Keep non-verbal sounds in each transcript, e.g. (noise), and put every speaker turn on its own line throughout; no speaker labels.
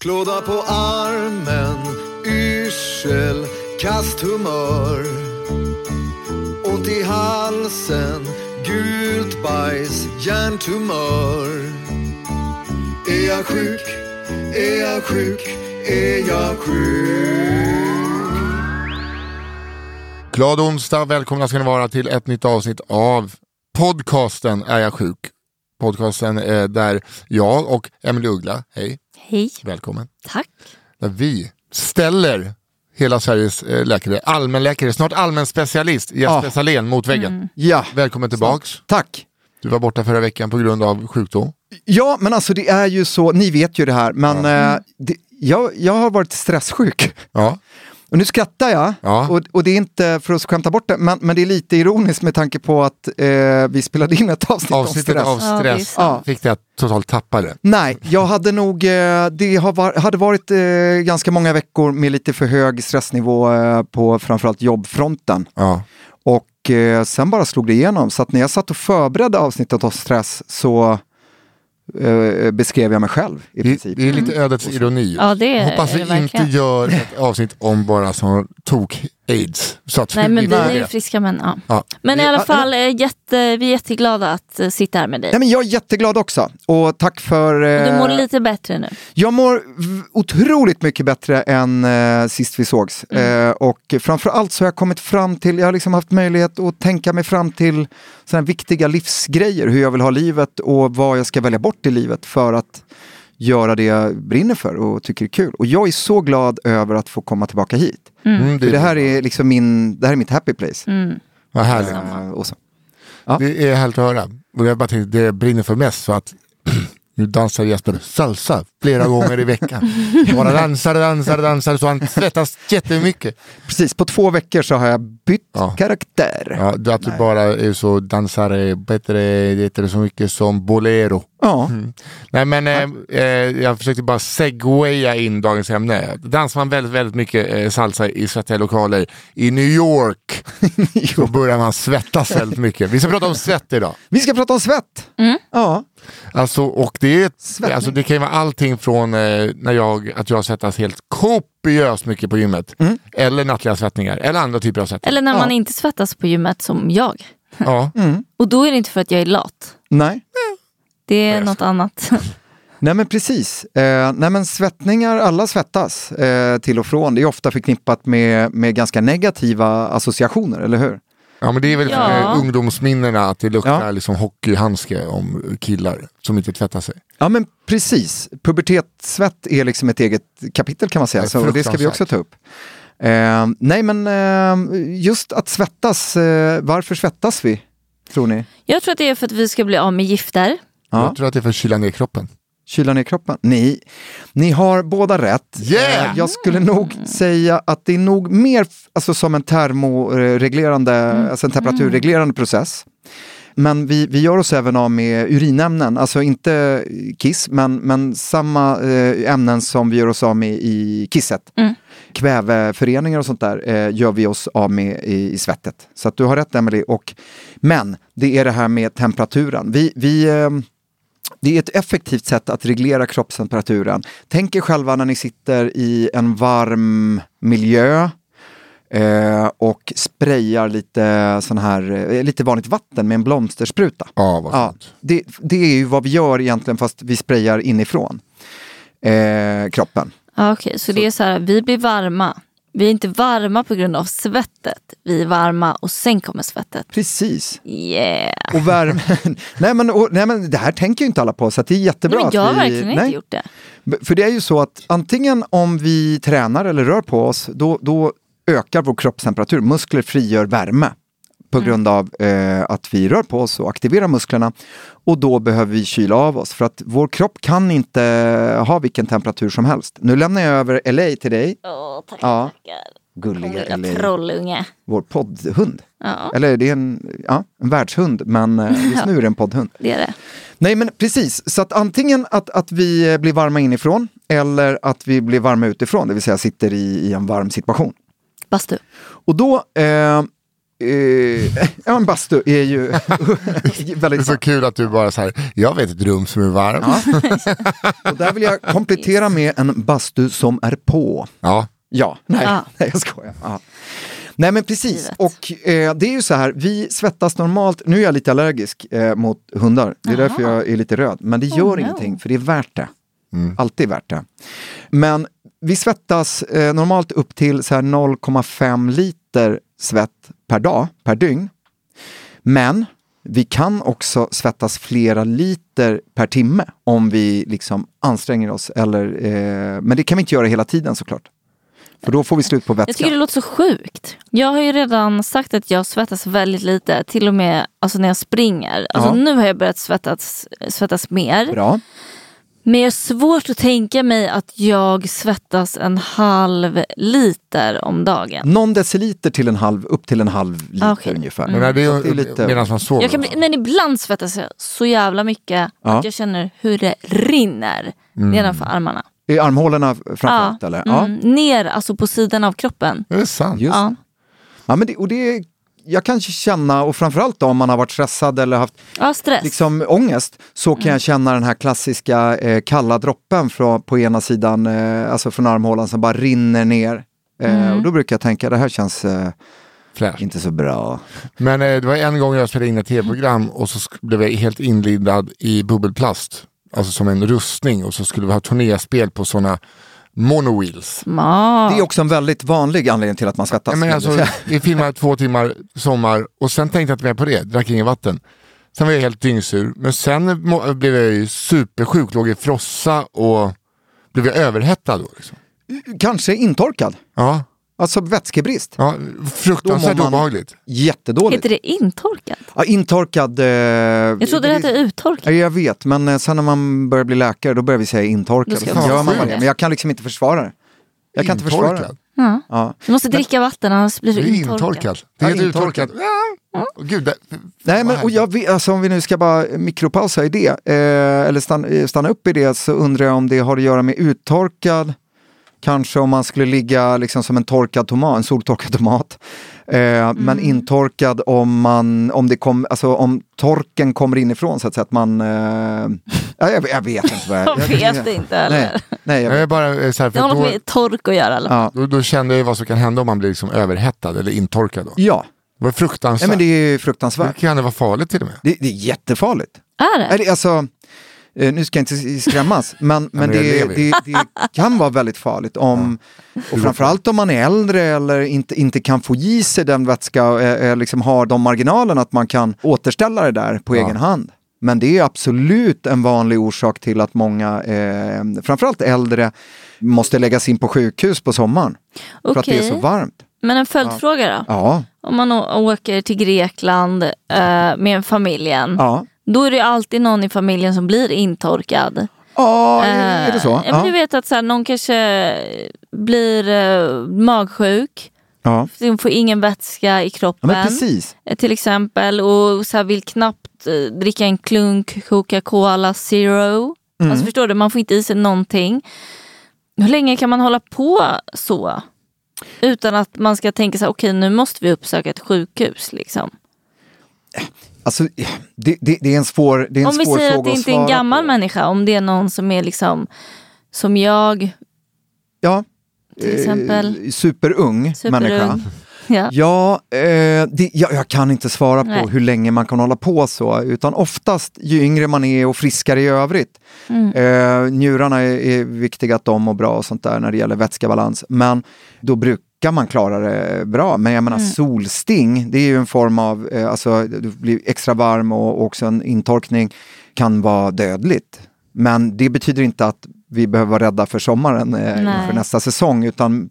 Klåda på armen, yrsel, kast humör. Ont i halsen, gult bajs, hjärntumör. Är jag sjuk? Är jag sjuk? Är jag sjuk?
Glad onsdag, välkomna ska ni vara till ett nytt avsnitt av podcasten Är jag sjuk? Podcasten eh, där jag och Emily Uggla, hej,
Hej.
välkommen,
Tack.
där vi ställer hela Sveriges eh, läkare, allmänläkare, snart allmän specialist, Jesper
Ah.
Sahlén mot väggen.
Mm.
Ja,
Välkommen tillbaks,
tack.
du var borta förra veckan på grund av sjukdom.
Ja, men alltså det är ju så, ni vet ju det här, men eh, det, jag, jag har varit stresssjuk.
Ja,
Och nu skrattar jag,
Ja.
och, och det är inte för att skämta bort det, men, men det är lite ironiskt med tanke på att eh, vi spelade in ett avsnitt
avsnittet
om stress.
av
Ja, det är
stress
sant.
fick det att totalt tappa det.
Nej, jag hade nog, eh, det har var, hade varit eh, ganska många veckor med lite för hög stressnivå eh, på framförallt jobbfronten.
Ja.
Och eh, sen bara slog det igenom. Så att när jag satt och förberedde avsnittet om stress så eh, beskrev jag mig själv i
Det,
princip.
det är lite ödets ironi.
Ja, det är
Hoppas vi
det verkligen.
inte
(laughs)
gör ett avsnitt om bara som tog aids. Så att
Nej, men vi
vet
är ju
det.
friska män. Ja.
Ja.
Men i
Ja,
alla
ja,
fall, eh, jätte, vi är jätteglada att eh, sitta här med dig.
Nej, men jag är jätteglad också och tack för...
Och
eh,
Du mår lite bättre nu.
Jag mår v- otroligt mycket bättre än eh, sist vi sågs.
Mm.
Eh, och framförallt så har jag kommit fram till, jag har liksom haft möjlighet att tänka mig fram till såna här viktiga livsgrejer, hur jag vill ha livet och vad jag ska välja bort i livet för att göra det jag brinner för och tycker är kul. Och jag är så glad över att få komma tillbaka hit.
Mm,
För
det,
det här är liksom min, det här är mitt happy place.
Vad härligt.
Eh, och så.
Det är härligt att höra. Och jag bara tänkte, det jag brinner för mest så att (clears throat) nu dansar Jesper salsa flera gånger i veckan.
(laughs)
Bara dansar, dansar, dansar så han svettas jättemycket.
Precis, på två veckor så har jag bytt
Ja.
karaktär.
Ja, du- att du bara är så dansar eh, bättre, det är så mycket som bolero.
Ja.
Mm. Nej men eh, eh, jag försökte bara segwaya in dagens ämne. Dansar man väldigt, väldigt mycket eh, salsa i svettiga lokaler i New
(laughs)
York så börjar man svettas väldigt mycket. Vi ska prata om svett idag.
Vi ska prata om svett.
Mm.
Ja.
Alltså, och det, är ett,
Svettning.
alltså, det kan ju vara allting från eh, när jag, att jag svettas helt kopiöst mycket på gymmet.
Mm.
Eller nattliga svettningar. Eller andra typer av svettningar.
Eller när man inte svettas på gymmet som jag.
Ja.
Mm.
Och då är det inte för att jag är lat.
Nej.
Det är något annat. (laughs)
Nej men precis. Eh, nej men svettningar, alla svettas eh, till och från. Det är ofta förknippat med, med ganska negativa associationer, eller hur?
ja, men det är väl
Ja.
eh, ungdomsminnena att det luktar
Ja.
liksom hockeyhandske om killar som inte tvättar sig.
Ja men precis. Pubertetssvett är liksom ett eget kapitel kan man säga,
Ja,
så det ska vi också
fruktansvärt.
ta upp. Eh, nej men eh, just att svettas, eh, varför svettas vi? Tror ni?
Jag tror att det är för att vi ska bli av med gifter.
Ja.
Jag tror att det är för att kyla ner kroppen.
Kyla ner kroppen? Ni, ni har båda rätt.
Yeah!
Eh, Jag skulle nog säga att det är nog mer f- alltså, som en termoreglerande, alltså en temperaturreglerande process. Men vi, vi gör oss även av med urinämnen, alltså inte kiss, men, men samma eh, ämnen som vi gör oss av med i kisset. Kväveföreningar och sånt där eh, gör vi oss av med i, i svettet. Så att du har rätt Emily. Och Men det är det här med temperaturen. Vi, vi, ehm, det är ett effektivt sätt att reglera kroppstemperaturen. Tänk er själva när ni sitter i en varm miljö eh, och sprayar lite, sån här, eh, lite vanligt vatten med en blomsterspruta.
Ja, vad
Ja,
skönt.
det, det är ju vad vi gör egentligen fast vi sprayar inifrån eh, kroppen.
Ja, okej. Så, det är så här, vi blir varma. Vi är inte varma på grund av svettet. Vi är varma och sen kommer svettet.
Precis.
Yeah.
Och värmen. (laughs) nej, men, och, nej men det här tänker ju inte alla på så att det är jättebra.
Nej, men jag har
att vi,
verkligen
nej.
inte gjort det.
B- För det är ju så att antingen om vi tränar eller rör på oss, då, då ökar vår kroppstemperatur. Muskler frigör värme på grund av eh, att vi rör på oss och aktiverar musklerna. Och då behöver vi kyla av oss för att vår kropp kan inte ha vilken temperatur som helst. Nu lämnar jag över LA till dig,
Åh, tack,
Ja.
tackar.
gulliga
Kommer lilla
LA,
trollunge.
vår poddhund.
Ja,
Eller det är en, ja, en världshund, men eh, just nu är det en poddhund.
det är det.
Nej men precis, så att antingen att, att vi eh, blir varma inifrån eller att vi blir varma utifrån, det vill säga sitter i, i en varm situation.
Bastu.
Och då, eh, eh, (laughs) ja en bastu är ju (laughs)
Det är
väldigt
så kul att du bara så här, jag vet ett rum som är varmt. Ja,
Och där vill jag komplettera med en bastu som är på. Ja, nej,
Ja.
(laughs) nej jag skojar. Ja. Nej men precis,
Ah. Givet.
och eh, det är ju så här, vi svettas normalt, nu är jag lite allergisk eh, mot hundar, det är därför jag är lite röd, men det gör
Oh, no.
ingenting för det är värt det. Alltid värt det. Men vi svettas eh, normalt upp till så här 0,5 liter svett per dag, per dygn. Men vi kan också svettas flera liter per timme om vi liksom anstränger oss. Eller, eh, men det kan vi inte göra hela tiden såklart. För då får vi slut på
Jag
vätska.
tycker det låter så sjukt. Jag har ju redan sagt att jag svettas väldigt lite, till och med alltså när jag springer. Alltså
Ja.
Nu har jag börjat svettas, svettas mer.
Bra.
Men jag har svårt att tänka mig att jag svettas en halv liter om dagen.
Någon deciliter till en halv, upp till en halv liter
Ah, Okej. Mm.
ungefär.
Men det
Mm. Så att
är ju
det är lite-
medan man sover.
Jag kan bli, men ibland svettas jag så jävla mycket
Ja.
att jag känner hur det rinner nedanför armarna.
I armhålorna framförallt eller? Ja.
Mm, Ah. ner alltså på sidan av kroppen.
Är det sant?
Just.
Ja.
ja men det, och det, jag kan känna, och framförallt då om man har varit stressad eller haft
ja, stress.
liksom ångest så
Mm.
kan jag känna den här klassiska eh, kalla droppen från, på ena sidan, eh, alltså från armhålan som bara rinner ner. Eh,
Mm.
Och då brukar jag tänka, det här känns eh,
Flash.
inte så bra.
Men eh, det var en gång jag spelade in ett tv-program och så sk- blev jag helt inlindad i bubbelplast. Alltså som en rustning och så skulle vi ha turnéspel på sådana monowheels.
Smart.
Det är också en väldigt vanlig anledning till att man svettas.
Nej, men alltså,
Ja,
vi filmade två timmar sommar och sen tänkte jag inte mer på det, drack inget vatten. Sen var jag helt dyngsur, men sen må- blev jag ju supersjuk, låg i frossa och blev jag överhettad då. Liksom.
(laughs) Kanske intorkad,
Ja,
alltså vätskebrist.
ja, fruktansvärt
Då mår man-
obehagligt.
Jättedåligt.
Heter det intorkat?
Ja, intorkad... Eh,
Jag trodde det hette uttorkat.
Ja, jag vet, men eh, sen när man börjar bli läkare då börjar vi säga intorkad.
Då ska
Sen
man
gör man
säga
bara det.
det.
Men jag kan liksom inte försvara det. Jag kan inte försvara det.
Intorkad?
Ja.
Ja.
Du måste dricka vatten annars blir
Det
du
är
intorkad.
intorkat. Det
Ja,
heter
intorkat.
uttorkat. Ja. Åh, Gud, det,
Nej,
vad
men, och
härligt.
jag vet, alltså, om vi nu ska bara mikropausa i det, eh, eller stanna, eh, stanna upp i det, så undrar jag om det har att göra med uttorkad, kanske om man skulle ligga liksom, som en torkad tomat, en soltorkad (laughs) tomat, eh, men intorkad om, man, om, det kom, alltså, om torken kommer inifrån så att, säga, att man... Eh, ja, jag, jag vet inte vad jag...
Jag vet inte heller.
Nej, nej, jag
jag
vet.
är bara eh, så här,
Det
för
har
då,
något med tork att göra i alla fall.
Ja.
Då, då kände jag ju vad som kan hända om man blir liksom överhettad eller intorkad. Då.
Ja,
Det var
nej,
fruktansvärt.
men det är ju
det
fruktansvärt.
kan det vara farligt till och med.
Det, det är jättefarligt.
Är det?
Eller, alltså, eh, nu ska jag inte skrämmas, (laughs) men, men
men jag
det,
lever
det,
ju.
det kan vara väldigt farligt. Om, och framförallt om man är äldre eller inte, inte kan få i sig den vätska och eh, eh, liksom har de marginalerna att man kan återställa det där på egen hand. Men det är absolut en vanlig orsak till att många, eh, framförallt äldre, måste läggas in på sjukhus på sommaren. För att det är
Okej.
så varmt.
Men en följdfråga då.
Ja,
Om man å- åker till Grekland eh, med familjen.
ja.
Då är det ju alltid någon i familjen som blir intorkad.
Ja,
Eh,
är det så?
Ja, men
Ja.
Du vet att så här, någon kanske blir eh, magsjuk.
Ja.
Du får ingen vätska i
ja,
kroppen.
men precis.
eh, Till exempel och så här vill knappt eh, dricka en klunk Coca-Cola Zero.
Mm.
Alltså förstår du, man får inte i sig någonting. Hur länge kan man hålla på så? Utan att man ska tänka så här, okej nu måste vi uppsöka ett sjukhus liksom.
Alltså, det, det, det är en svår, det är en
Om vi
svår
säger
fråga
att det inte är
svara
en gammal
på.
människa, om det är någon som är liksom som jag
Ja,
till exempel.
eh, superung, människa.
Superung. Ja.
Ja, eh, det, ja, jag kan inte svara på
Nej.
hur länge man kan hålla på så, utan oftast ju yngre man är och friskare i övrigt. Eh, njurarna är, är viktiga att de mår bra och sånt där när det gäller vätskebalans, men då brukar man klara det bra. Men jag menar solsting, det är ju en form av, eh, alltså du blir extra varm och, och också en intorkning kan vara dödligt. Men det betyder inte att vi behöver vara rädda för sommaren eh, inför nästa säsong, utan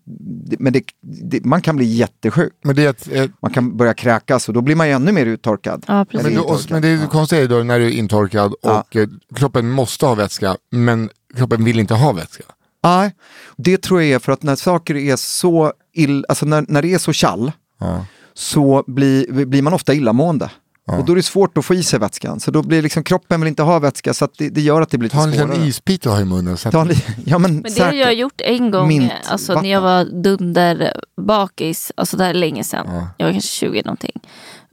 men det, det, man kan bli jättesjuk.
Men det är ett, ett
Man kan börja kräkas och då blir man ju ännu mer uttorkad.
Ja, precis.
Men,
Eller
då, och,
intorkad.
men det är konstigt är då när du är intorkad
Ja.
och eh, kroppen måste ha vätska men kroppen vill inte ha vätska.
Nej, det tror jag är för att när saker är så ill, alltså när, när det är så kall så blir, blir man ofta illamående. Och då är det svårt att få i sig vätskan. Så då blir liksom kroppen vill inte ha vätska så att det, det gör att det blir lite
Ta en
svårare.
liten ispita och ha i munnen. Så att,
Ta en li- (laughs) ja, men,
Men det har
säkert.
jag gjort en gång,
Mint,
alltså, när jag var dunder bakis, alltså det här är länge sedan, jag var kanske 20 någonting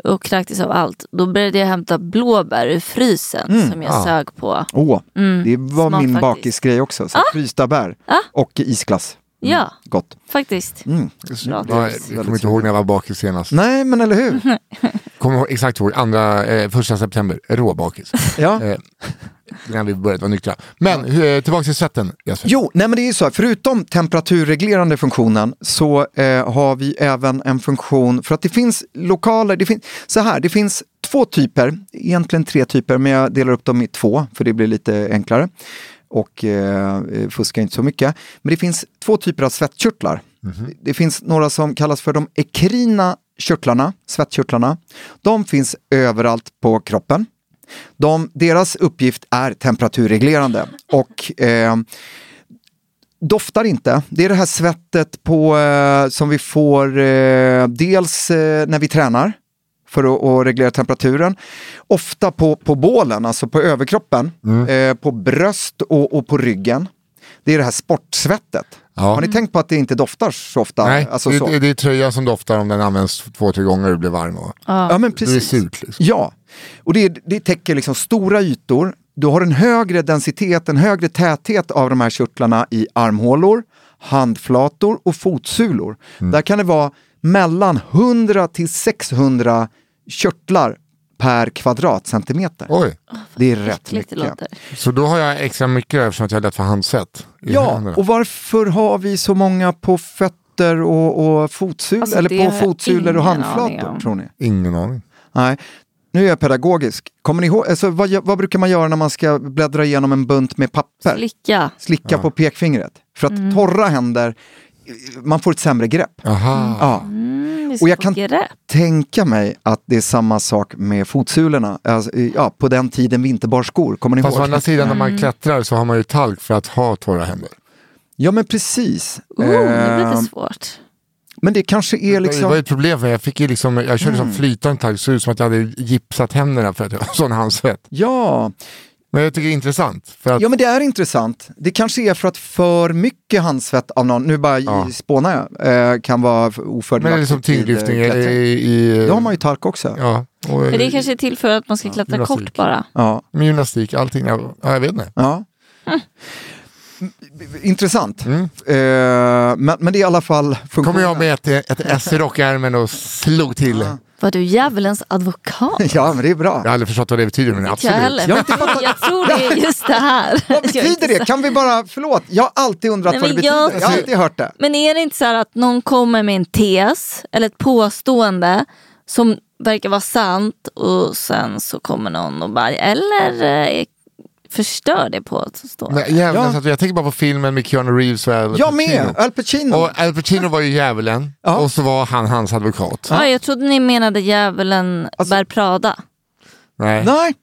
och kräktes av allt. Då började jag hämta blåbär ur frysen
Mm,
som jag sög på.
Åh, det var
Mm. smart
min
faktiskt. Ah.
bakisgrej också. Så Frysta bär och isglass.
Ja,
Gott.
faktiskt.
(laughs)
Mm,
ja,
tips.
jag kommer inte ihåg när jag var bakis senast.
Nej, men
(laughs)
eller hur?
Kommer ihåg, exakt ihåg, andra, eh, första september, råbakis.
Ja.
eh, innan vi började vara nyktra. Men eh, tillbaka till svetten Jesper.
Jo, nej men det är ju så här, förutom temperaturreglerande funktionen så eh, har vi även en funktion för att det finns lokaler, det finns, så här, det finns två typer, egentligen tre typer, men jag delar upp dem i två för det blir lite enklare och eh, fuskar inte så mycket. Men det finns två typer av svettkörtlar. Det finns några som kallas för de ekrina körtlarna, svettkörtlarna. De finns överallt på kroppen. De, deras uppgift är temperaturreglerande och eh, doftar inte. Det är det här svettet på, eh, som vi får eh, dels eh, när vi tränar för att, att reglera temperaturen. Ofta på, på bålen, alltså på överkroppen,
Mm.
eh, på bröst och, och på ryggen. Det är det här sportsvettet.
Ja.
Har ni tänkt på att det inte doftar så ofta?
Nej,
Alltså
det,
så.
Det, det är tröjan som doftar om den används två, tre gånger och blir varm. Och,
ja, men
det är
precis.
surt. Liksom.
Ja, och det, det täcker liksom stora ytor. Du har en högre densitet, en högre täthet av de här körtlarna i armhålor, handflator och fotsulor.
Mm.
Där kan det vara mellan 100 till 600 körtlar per kvadratcentimeter.
Oj,
det är rätt
Äckligt det
mycket.
låter.
så då har jag extra mycket eftersom att jag är lätt för handsvett. i
Ja,
händerna.
och varför har vi så många på fötter och, och fotsulor,
Alltså,
eller
det
på
har jag
fotsulor och
ingen aning
handflator
om.
tror ni?
Ingen aning.
Nej, nu är jag pedagogisk. Kommer ni ihåg, alltså, vad, gö- vad brukar man göra när man ska bläddra igenom en bunt med papper?
Slicka.
Slicka på pekfingret. För att
Mm.
torra händer, man får ett sämre grepp.
Aha.
Ja.
Mm, vi ska
Och jag
få
kan
grepp.
tänka mig att det är samma sak med fotsulorna. Alltså, ja, på den tiden vi inte bar skor, kommer ni
Fast å
ihåg?
andra sidan när man
Mm.
klättrar så har man ju talk för att ha torra händer.
Ja, men precis.
Oh, nu blir
Eh,
det svårt.
men det kanske är
Det var ju
liksom... Mm.
ett problem för mig. jag fick ju liksom, jag körde som flytande talg, såg ut som att jag hade gipsat händerna för att jag har sån handsvett.
Ja.
Men jag tycker det är intressant. För att,
ja, men det är intressant. Det kanske är för att för mycket handsvett av någon, nu bara spånar jag, eh, kan vara ofördelaktigt.
men det är som
vid, eh,
tyngdlyftning i,
klättring.
i, i
Då har man ju talk också. Ja.
ja, och,
Men det kanske är till för att man ska klättra
gymnastik.
kort bara.
Ja.
med gymnastik, allting. Ja, jag vet inte.
M- Intressant. Eh, men, men det är i alla fall
Mm. Kommer
funktionen.
jag med ett, ett S i rockärmen och slog till.
Ah.
Var du djävulens advokat?
(laughs) (laughs) Ja, men det är bra.
Jag har aldrig förstått vad det betyder, men
Jag,
absolut.
heller,
Jag
jag,
har inte
(laughs)
fattat-
jag tror det är just det här. Jag
Vad
är
betyder
inte
det? Kan vi bara, förlåt, jag har alltid undrat
Nej,
vad det
men
betyder. Jag...
jag-
har alltid hört det.
Men är det inte så här att någon kommer med en tes eller ett påstående som verkar vara sant och sen så kommer någon och bara eller eh, förstör det påståendet.
Men djävulen,
Ja.
så att jag tänker bara på filmen med Keanu Reeves och Al
Jag med,
Pacino.
Al Pacino.
Och Al Pacino var ju djävulen
Ja.
och så var han hans advokat.
Ja, jag trodde ni menade djävulen
Alltså-
bär Prada.
Nej.
Nej,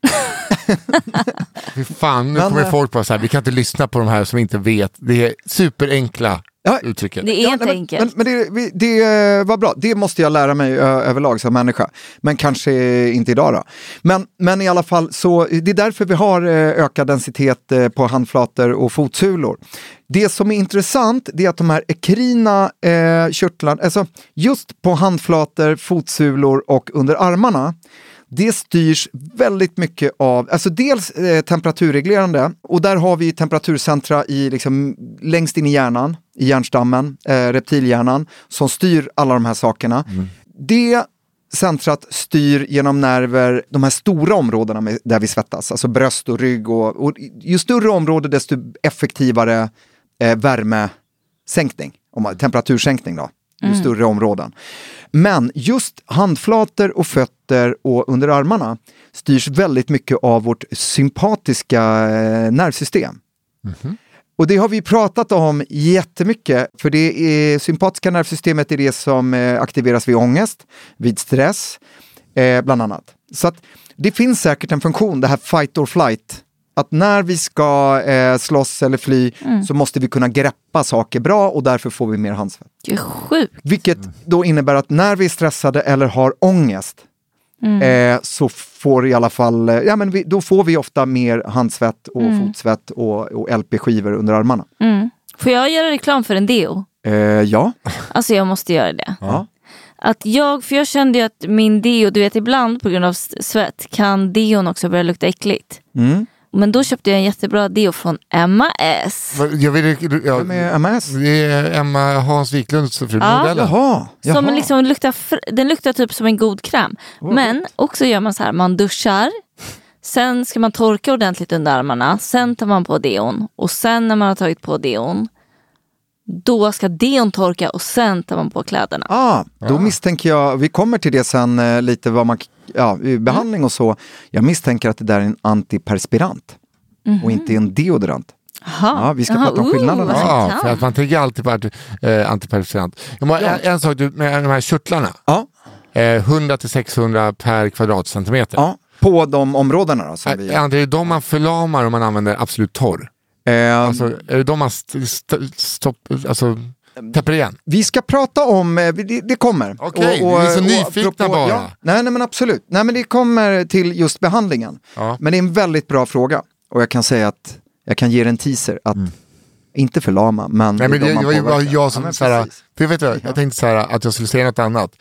Fy fan, nu
Men,
kommer
eh,
folk bara så här, vi kan inte lyssna på de här som inte vet. Det är superenkla
Ja,
uttrycket.
Det är
Ja,
inte
nej, men-
enkelt.
Men, men det, vi- det eh, var bra, det måste jag lära mig ö, överlag som människa. Men kanske inte idag då. Men, men i alla fall, så, det är därför vi har eh, ökad densitet eh, på handflator och fotsulor. Det som är intressant det är att de här ekrina eh, körtlarna, alltså just på handflator, fotsulor och under armarna, det styrs väldigt mycket av, alltså dels eh, temperaturreglerande och där har vi ju temperaturcentra i, liksom, längst in i hjärnan, i hjärnstammen, eh, reptilhjärnan, som styr alla de här sakerna. Det centrat styr genom nerver de här stora områdena med, där vi svettas, alltså bröst och rygg och, och ju större område desto effektivare eh, värmesänkning, om man, temperatursänkning då, ju större områden. Men just handflator och fötter och under armarna styrs väldigt mycket av vårt sympatiska eh, nervsystem. Och det har vi pratat om jättemycket, för det är, sympatiska nervsystemet är det som eh, aktiveras vid ångest, vid stress, eh, bland annat. Så att det finns säkert en funktion, det här fight or flight, att när vi ska eh, slåss eller fly så måste vi kunna greppa saker bra och därför får vi mer handsvett.
Det är sjukt.
Vilket då innebär att när vi är stressade eller har ångest
Mm.
eh, så får i alla fall, eh, ja, men vi, då får vi ofta mer handsvett och
Mm.
fotsvett och, och LP-skivor under armarna.
Får jag göra reklam för en deo?
Eh, ja.
Alltså jag måste göra det.
Ja.
Att jag, för jag kände ju att min deo, du vet ibland på grund av s- svett kan deon också börja lukta äckligt. Men då köpte jag en jättebra deo från MAS.
Vad- Jag vill, ja,
Vem är MS?
det är Emma Hans Wiklunds fru,
Ja.
modellen.
Jaha. jaha.
Som liksom luktar, fr- den luktar typ som en god kräm. Men också gör man så här, man duschar, sen ska man torka ordentligt under armarna, sen tar man på deon och sen när man har tagit på deon, då ska deon torka och sen tar man på kläderna.
Ah, då misstänker jag, vi kommer till det sen eh, lite vad man, ja, i behandling och så. Jag misstänker att det där är en antiperspirant
Mhm.
och inte en deodorant.
Jaha.
Ja, vi ska
Jaha,
prata om skillnaderna.
vad
Ja,
kan.
för att man tänker alltid på anti- eh, antiperspirant. Jag har en, en sak du- med de här körtlarna.
Ja,
Eh, 100-600 per kvadratcentimeter.
ja. På de områdena då? Som vi,
Ja. Det är de man förlamar om man använder Absolut Torr.
eh,
Alltså, är det de man st- st- stopp, alltså,
Mm.
täpper igen?
vi ska prata om, eh, vi- det, det kommer.
Okej, vi är så nyfikna bara.
ja, nej, nej men absolut, nej men det kommer till just behandlingen.
Ja.
Men det är en väldigt bra fråga och jag kan säga att, jag kan ge er en teaser att Inte förlama, men...
Mm. Nej, men
är
det,
de man
var ju bara
påverkar.
jag som,
Ja, men
såhär,
precis.
för jag, vet, vad, jag tänkte såhär, att jag skulle säga något annat.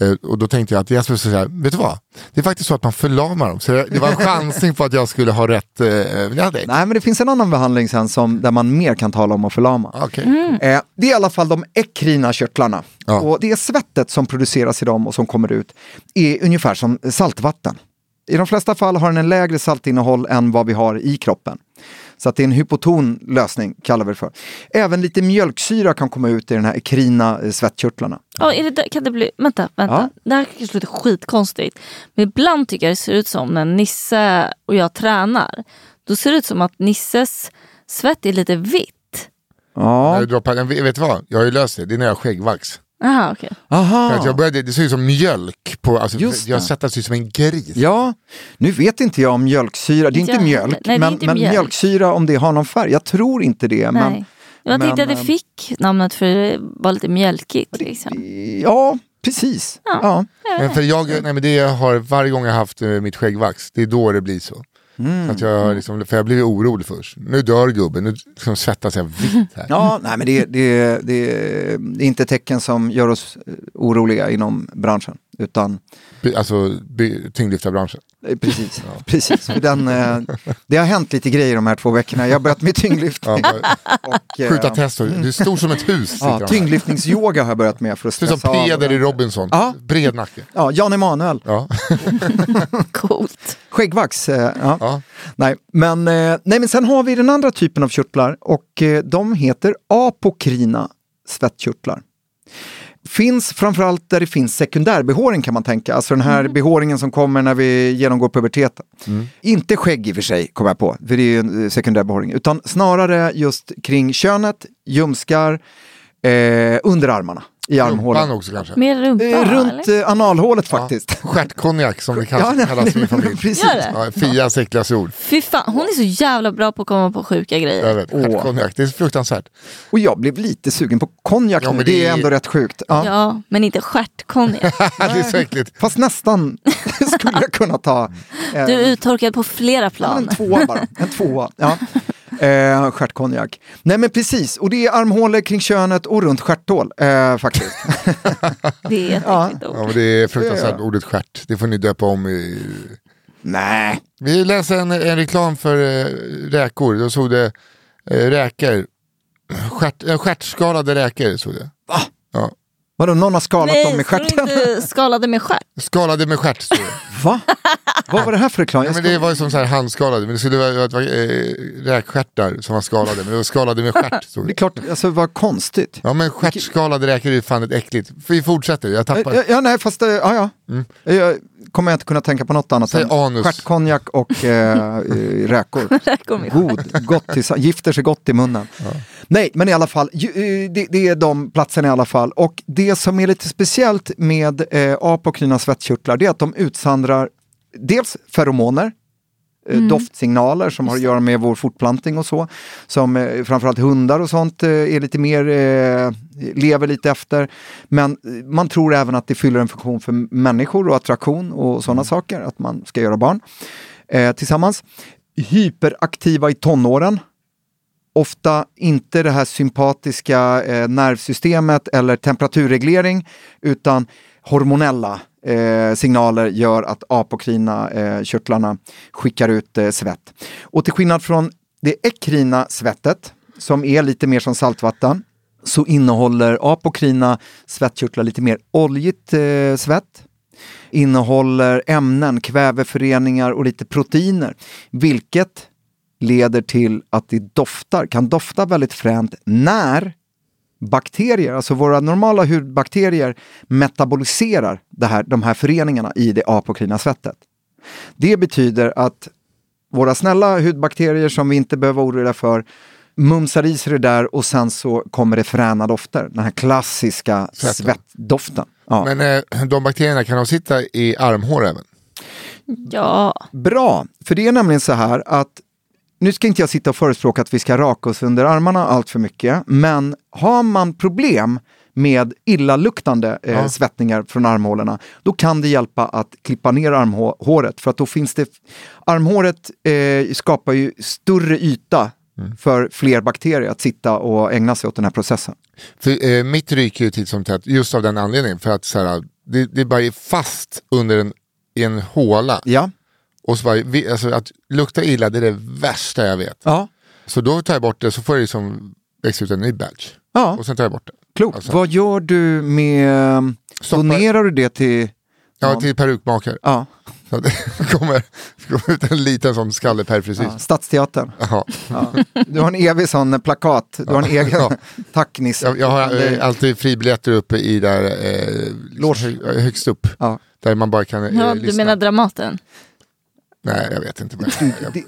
Eh, Och då tänkte jag att Jesper skulle säga, vet du vad? Det är faktiskt så att man förlamar dem. Så jag- det var
(laughs)
en chansning på att jag skulle ha rätt. Eh, men jag hade inte.
Nej, men det finns en annan behandling sen som, där man mer kan tala om att förlama.
Okej.
Mm.
Eh, det är i alla fall de ekrina körtlarna.
Ja.
Och det är svettet som produceras i dem och som kommer ut är ungefär som saltvatten. I de flesta fall har den en lägre saltinnehåll än vad vi har i kroppen. Så att det är en hypoton lösning, kallar vi det för. Även lite mjölksyra kan komma ut i den här ekrina eh, svettkörtlarna.
Ja, är det där, kan det bli, vänta, vänta. Det här kanske låter skitkonstigt. Men ibland tycker jag det ser ut som när Nisse och jag tränar. Då ser det ut som att Nisses svett är lite vitt.
Ja,
Jag droppar, den. vet du vad? Jag har ju löst det. Det är när jag har skäggvax.
Aha, okej.
För att jag
aha.
började, det ser ut som mjölk. På, alltså,
Just
jag
det.
svettas ju som en gris.
Ja, nu vet inte jag om mjölksyra, det är inte
Jag-
mjölk,
nej, det är
men,
inte
men
mjölk.
mjölksyra om det har någon färg. Jag tror inte det. Men,
Nej. Jag
men,
tänkte att
eh,
det fick namnet för det var lite mjölkigt. Liksom.
Ja, precis. Ja.
Men för jag, nej, men det jag har varje gång jag haft eh, mitt skäggvax, det är då det blir så.
Mm.
Att jag, har liksom, för jag blev ju orolig först. Nu dör gubben, nu liksom svettas jag vitt här.
Ja, nej, men det, det, det, det är inte tecken som gör oss eh, oroliga inom branschen. Utan,
By, alltså by, tyngdlyftarbranschen.
(laughs) eh, precis, (laughs) precis. För Den, eh, det har hänt lite grejer de här två veckorna. Jag har börjat med
(laughs)
tyngdlyft.
Ja, bara
och, eh,
skjuta testor, du är stor som ett hus. sitter han
ja,
här.
tyngdlyftningsyoga har jag börjat med för att
Du är som
stressa av.
Peder i Robinson,
Ja.
bred nacke.
Ja, Jan Emanuel.
Ja.
Coolt.
Skäggvax. Eh, ja.
Ja.
Nej, men, eh, nej, men sen har vi den andra typen av körtlar och eh, de heter apokrina svettkörtlar. Finns framförallt där det finns sekundärbehåring kan man tänka, alltså den här behåringen som kommer när vi genomgår puberteten.
Mm.
Inte skägg i och för sig, kommer jag på, för det är ju en eh, sekundärbehåring, utan snarare just kring könet, ljumskar, eh, underarmarna. i
Rumpan
armhålan.
också kanske.
Mer rumpa?
Eh, Runt
eller?
eh, analhålet faktiskt.
Mm. Ja, Stjärtkonjak som det
Ja,
kallas,
nej,
kallas i min
men
familj.
(laughs) precis.
Gör det?
Ja, Fias äckligaste ord.
Fy fan, hon är så jävla bra på att komma på sjuka
Jag
grejer.
vet, stjärtkonjak, det är fruktansvärt. (laughs)
Och jag blev lite sugen på konjak
Ja,
nu,
men
det
det
är
är-
ändå rätt sjukt. Ja.
Ja, men inte
(laughs)
stjärtkonjak.
det är så äckligt.
Fast nästan (laughs) skulle jag kunna ta. eh,
Du är uttorkad på flera
Ja, men
plan.
en tvåa bara. En tvåa.
(laughs)
Ja. Eh, stjärtkonjak. Nej men precis, och det är armhålor kring könet och runt stjärthål eh,
(laughs)
faktiskt.
Det är ett
Ja.
äckligt
Ja,
ord.
men det är fruktansvärt
Ja.
ordet stjärt. Det får ni döpa om i...
Nej.
Vi läste en, en reklam för eh, räkor. Då såg det eh, räkor. Stjärt, eh, stjärtskalade räkor såg det. Ja.
Vadå, någon har skalat dem
Nej,
med
ska du
stjärten?
inte skalade med stjärt?
Skalade med stjärt stod det.
(laughs) Va? Vad var det här för reklam?
Ja,
Jag
men
ska...
det var ju som så här handskalade. Men det skulle vara, vara eh, räkstjärtar som var skalade. Men det var skalade med stjärt stod
(laughs) Det är
det.
klart, alltså vad konstigt.
Ja men stjärtskalade räkor är ju fan ett äckligt. Vi fortsätter, jag
Eh,
tappar.
Ja, ja, nej, fast eh, ja, ja. Jag kommer jag inte kunna tänka på något annat
Säg anus.
stjärtkonjak
(laughs)
och eh, eh, räkor.
Räkor med
God, gott tillsa- gifter sig gott i munnen. Nej, men i alla fall, ju, eh, det, det är de platserna i alla fall. Och det som är lite speciellt med eh, ap och krynas svettkörtlar, det är att de utsandrar dels feromoner, eh, doftsignaler som har att göra med vår fortplantning och så. Som eh, framförallt hundar och sånt eh, är lite mer, eh, lever lite efter. Men eh, man tror även att det fyller en funktion för m- människor och attraktion och sådana saker, att man ska göra barn eh, tillsammans. Hyperaktiva i tonåren. Ofta inte det här sympatiska eh, nervsystemet eller temperaturreglering utan hormonella eh, signaler gör att apokrina eh, körtlarna skickar ut eh, svett. Och till skillnad från det ekrina svettet som är lite mer som saltvatten så innehåller apokrina svettkörtlar lite mer oljigt eh, svett innehåller ämnen, kväveföreningar och lite proteiner, vilket leder till att det doftar, kan dofta väldigt fränt när bakterier, alltså våra normala hudbakterier, metaboliserar det här, de här föreningarna i det apokrina svettet. Det betyder att våra snälla hudbakterier som vi inte behöver vara oroliga för mumsar i sig det där och sen så kommer det fräna dofter, den här klassiska
Svetten.
svettdoften. Ja.
Men eh, de bakterierna kan de sitta i armhår även?
Ja,
Bra, för det är nämligen så här att nu ska inte jag sitta och förespråka att vi ska raka oss under armarna allt för mycket, men har man problem med illaluktande eh,
Ja.
svettningar från armhålorna, då kan det hjälpa att klippa ner armhåret. För att då finns det... Armhåret eh, skapar ju större yta
Mm.
för fler bakterier att sitta och ägna sig åt den här processen.
För, eh, mitt ryker ju titt som tätt just av den anledningen. För att så här, det, det bara är fast under en, i en håla.
Ja.
Och så bara, vi, alltså, att lukta illa det är det värsta jag vet.
Ja.
Så då tar jag bort det så får jag liksom växa ut en ny batch.
Ja,
Och sen tar jag bort det.
klokt.
alltså-
Vad gör du med...
Stoppar-
Donerar du det till...
Ja, till perukmakare.
Ja,
Så att det (laughs) kommer, det kommer ut en liten sån skalle per frisyr.
ja, Stadsteatern.
Ja.
Du har en evig sån plakat, du har en egen
Ja.
tack Nisse.
Jag, jag har
Det-
eh, alltid fribiljetter uppe i där, eh,
Loge.
liksom, hö- högst upp.
Ja.
Där man bara kan eh,
ja du
lyssna.
menar Dramaten?
Nej, jag vet inte. Vad jag, jag,
det,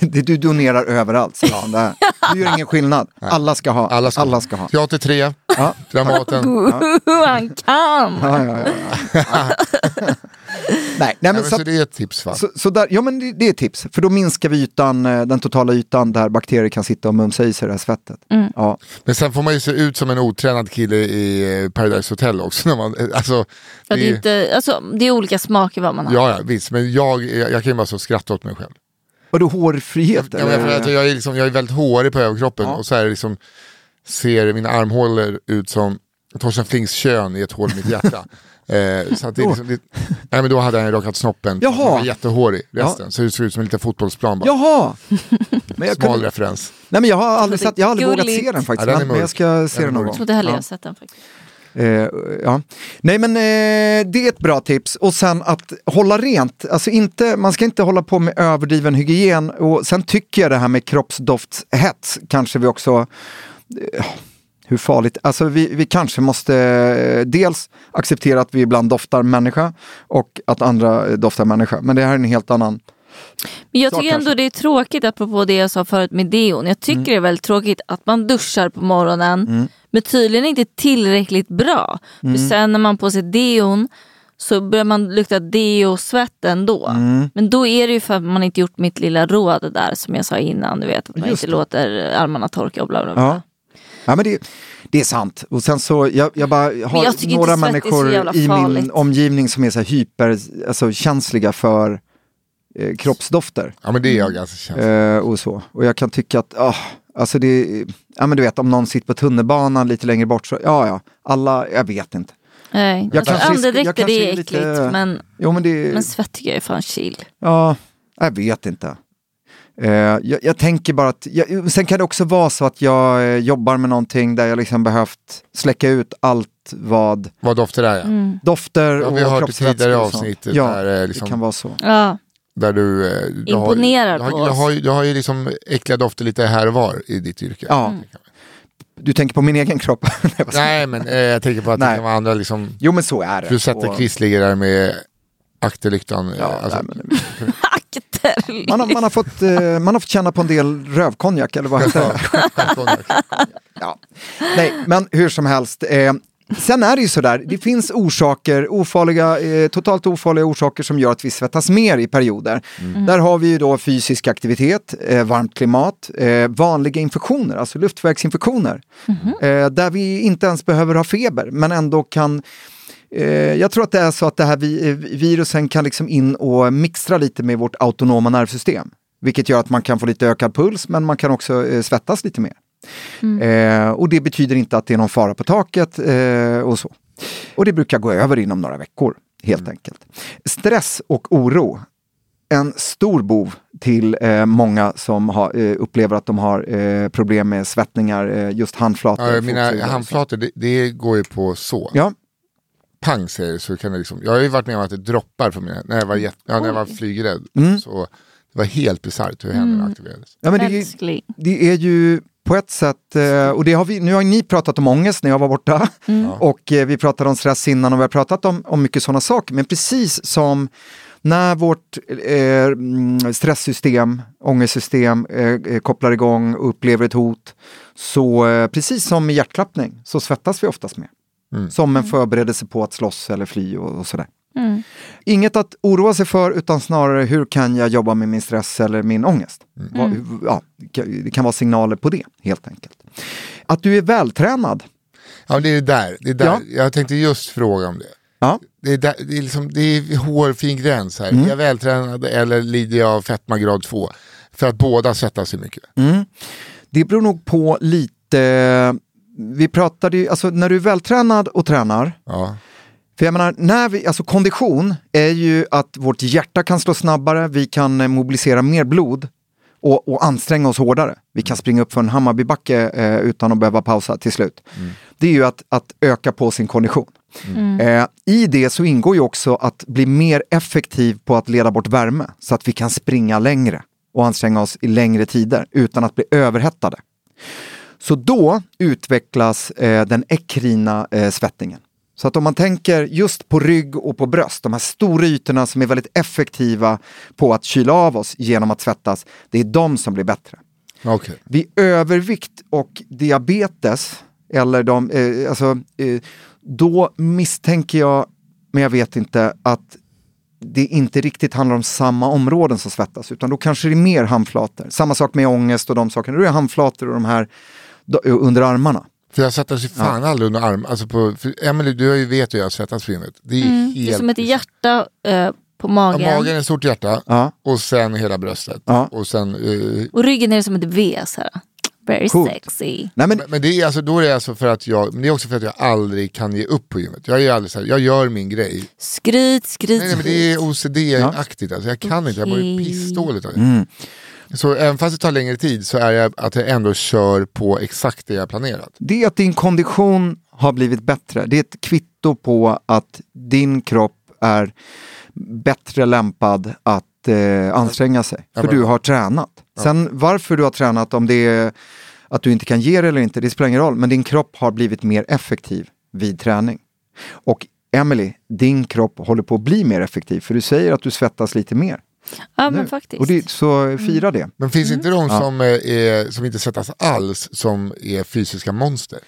det, (laughs) det du donerar överallt. Ja. Där. Du gör ingen skillnad. Alla ska ha.
Alla ska,
ha.
Teater 3,
Ja.
Dramaten.
Hur han kan!
Ja, ja, ja. Nej, nej,
Nej,
men
men
så,
så
att-
det är ett tips va?
så, så där, ja, men det, det är tips. För då minskar vi ytan, eh, den totala ytan där bakterier kan sitta och mumsa i sig det här svettet.
Mm.
Ja.
Men sen får man ju se ut som en otränad kille i eh, Paradise Hotel också. När man, eh, alltså,
Ja,
det
det,
är-
är inte, alltså, det är olika smaker vad man har.
ja, ja, visst. Men jag, jag, jag kan ju bara så skratta åt mig själv.
Vadå hårfrihet?
Ja, men för att jag, är liksom, jag är väldigt hårig på överkroppen och så här liksom, ser mina armhålor ut som Torsten Flinks kön i ett hål i mitt
(laughs)
hjärta. eh, så att det, är liksom, det, nej, men då hade han ju rakat snoppen.
Jaha.
Han var jättehårig resten. Så det såg ut som en liten fotbollsplan bara. (laughs)
Jaha! Men jag,
Smal
kunde,
referens.
nej, men jag har aldrig,
Så det är
sett, jag har aldrig vågat
gulligt.
se den faktiskt.
Ja, den är
men, men jag
mörk.
ska se
Den är
den någon
mörk.
gång.
Jag trodde heller
Ja.
jag sett den faktiskt.
Eh, ja. Nej men eh, det är ett bra tips och sen att hålla rent. Alltså inte, man ska inte hålla på med överdriven hygien och sen tycker jag det här med kroppsdoftshets kanske vi också eh, hur farligt, alltså vi, vi kanske måste eh, dels acceptera att vi ibland doftar människa och att andra eh, doftar människa. Men det här är en helt annan
Men jag
Så
tycker
kanske. Mm.
ändå det är tråkigt, apropå det jag sa förut med deon. Jag tycker det är väldigt tråkigt att man duschar på morgonen, men tydligen inte tillräckligt bra.
Mm.
För sen när man på sig deon så börjar man lukta deo och svett ändå.
Mm.
Men då är det ju för att man inte gjort mitt lilla råd där som jag sa innan. Du vet, att man
Just
inte låter armarna torka och bla bla bla.
Ja. Ja, men det, det är sant. Och sen så, jag, jag bara har
jag tycker
några
inte svett är så
människor
jävla
i min
farligt.
omgivning som är så här hyper, alltså känsliga för eh, kroppsdofter
Ja, men det är jag ganska känslig.
eh, och så. Och jag kan tycka att, ah, alltså det, ja men du vet om någon sitter på tunnelbanan lite längre bort så, ja ja, alla, jag vet inte.
Nej.
Jag
alltså,
kanske- jag
andedräkter
kanske
det
är
är
lite- eh,
äckligt, men,
Jo men det,
men svett tycker jag är fan chill.
ja, jag vet inte. Eh, jag, jag tänker bara att, jag, sen kan det också vara så att jag eh, jobbar med någonting där jag liksom behövt släcka ut allt vad
Vad dofter det är ja.
Mm.
dofter
Ja,
och
vi har hört i
kroppsvätskor
tidigare
och sånt.
avsnittet
ja,
där, eh,
det
liksom-
kan vara så.
Ja. (laughs)
Där du, eh, du har, ju-
Imponerar
du har,
på
du
oss.
har, ju- du har ju liksom äckliga dofter lite här och var i ditt yrke.
Ja. Du tänker på min egen kropp? (laughs) Nej, vad ska-
Nej men eh, jag tänker på att det
Nej.
kan vara andra liksom.
Jo men så är det.
Du sätter
Och-
Chris ligger där med akterlyktan.
Ja,
eh, alltså,
nej, men,
Akter.
man, har, man, har fått, eh, man har fått känna på en del rövkonjak
(laughs)
eller vad heter det? (laughs) ja. Nej, men hur som helst. Eh, sen är det ju sådär, det finns orsaker, ofarliga, eh, totalt ofarliga orsaker som gör att vi svettas mer i perioder. Där har vi ju då fysisk aktivitet, eh, varmt klimat, eh, vanliga infektioner, alltså luftvägsinfektioner. Eh, där vi inte ens behöver ha feber, men ändå kan Eh, jag tror att det är så att det här vi, eh, virusen kan liksom in och mixtra lite med vårt autonoma nervsystem. Vilket gör att man kan få lite ökad puls men man kan också eh, svettas lite mer. Eh, och det betyder inte att det är någon fara på taket eh, och så. Och det brukar gå över inom några veckor, helt enkelt. Stress och oro, en stor bov till eh, många som har, eh, upplever att de har eh, problem med svettningar, eh, just handflator.
ja,
fotsulor
mina
och så.
handflator, det, det går ju på så.
Ja,
Pang säger det så kan det liksom. Jag har ju varit med om att det droppar från mina, när jag var, jätte, ja, när jag var flygrädd.
Mm.
Så det var helt bisarrt hur händerna
Mm.
aktiverades.
ja men det är ju,
Älskling.
det är ju på ett sätt, eh, och det har vi, nu har ni pratat om ångest när jag var borta och eh, vi pratade om stress innan och vi har pratat om, om mycket sådana saker. Men precis som när vårt eh, mm, stresssystem, ångestsystem eh, eh, kopplar igång och upplever ett hot, så eh, precis som med hjärtklappning så svettas vi oftast med. Som en förberedelse på att slåss eller fly och, och sådär. Inget att oroa sig för utan snarare hur kan jag jobba med min stress eller min ångest. Vad- hur- Ja, det kan- det kan vara signaler på det helt enkelt. Att du är vältränad.
Ja, men det är det där. Det är där.
Ja.
Jag tänkte just fråga om det.
Ja.
Det är, där, det är, liksom, det är hårfin gräns här.
Mm.
Är jag vältränad eller lider jag av fetma grad 2? För att båda svettas så mycket.
Mm.
Det beror nog på lite, vi pratade ju, alltså när du är vältränad och tränar,
Ja.
För jag menar, när vi, alltså kondition är ju att vårt hjärta kan slå snabbare, vi kan eh, mobilisera mer blod och, och anstränga oss hårdare. Vi kan springa upp för en Hammarbybacke eh, utan att behöva pausa till slut. Det är ju att, att öka på sin kondition. Eh, I det så ingår ju också att bli mer effektiv på att leda bort värme så att vi kan springa längre och anstränga oss i längre tider utan att bli överhettade. Så då utvecklas eh, den ekrina eh, svettningen. Så att om man tänker just på rygg och på bröst, de här stora ytorna som är väldigt effektiva på att kyla av oss genom att svettas, det är de som blir bättre.
Okej.
Vid övervikt och diabetes, eller de, eh, alltså, eh, då misstänker jag, men jag vet inte, att det inte riktigt handlar om samma områden som svettas, utan då kanske det är mer handflator. Samma sak med ångest och de sakerna, då är det handflator och de här då- eh, under armarna.
För jag svettas ju fan aldrig under arm. Alltså på, för Emily, du har ju vet hur jag svettas för himmet. Det är ju helt...
Mm, Det är som ett hjärta eh, på magen.
Ja, magen är ett stort hjärta
Ja.
och sen hela bröstet.
Ja.
Och sen, eh,
Och ryggen är som ett V så här. Very
Coolt.
sexy.
Nej, men,
men- men det är alltså, då är det alltså för att jag, men det är också för att jag aldrig kan ge upp på gymmet. Jag är ju aldrig så här, jag gör min grej.
Skryt, skryt,
Nej, nej men det är OCD-aktigt alltså, jag kan inte, jag mår ju
Okej.
pissdåligt av det.
Mm.
Så även fast det tar längre tid så är jag att jag ändå kör på exakt det jag planerat.
Det är att din kondition har blivit bättre. Det är ett kvitto på att din kropp är bättre lämpad att eh, anstränga sig. För
men-
du har tränat. Sen varför du har tränat, om det är att du inte kan ge det eller inte, det spelar ingen roll. Men din kropp har blivit mer effektiv vid träning. Och Emily, din kropp håller på att bli mer effektiv. För du säger att du svettas lite mer.
Ja,
nu.
men faktiskt.
Och det, så fira det.
Men finns inte de
Ja.
som, eh, är, som inte svettas alls som är fysiska monster?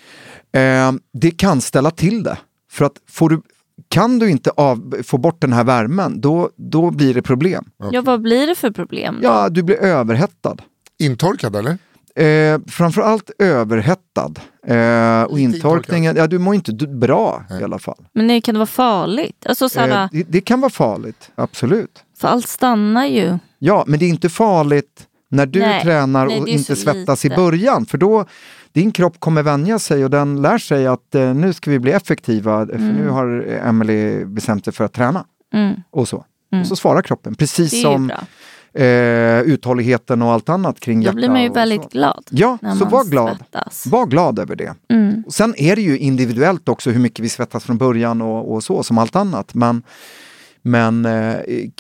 Eh, det kan ställa till det. För att får du, kan du inte av, få bort den här värmen, då, då blir det problem.
Ja, vad blir det för problem? då?
Ja, du blir överhettad.
Intorkade eller?
Eh, framförallt överhettad. Eh, och
Lite
intorkningen, ja, du mår inte d- bra i alla fall.
Men det kan det vara farligt? Alltså, så här,
Eh, det, det kan vara farligt, absolut.
För allt stannar ju.
Ja, men det är inte farligt när du
Nej,
tränar
nej,
och
det är
inte
så
svettas i
lite.
början. För då, din kropp kommer vänja sig och den lär sig att eh, nu ska vi bli effektiva, eh, för nu har Emily bestämt sig för att träna.
Mm.
Och så. Och så svarar kroppen,
Det är
precis
ju
som
bra.
eh, uthålligheten och allt annat kring
Då
hjärta.
blir man ju
och
väldigt
så.
glad.
Ja,
när
så
man
var glad.
Svettas.
Var glad över det.
Mm.
Och Sen är det ju individuellt också hur mycket vi svettas från början och, och så, som allt annat. Men, men eh,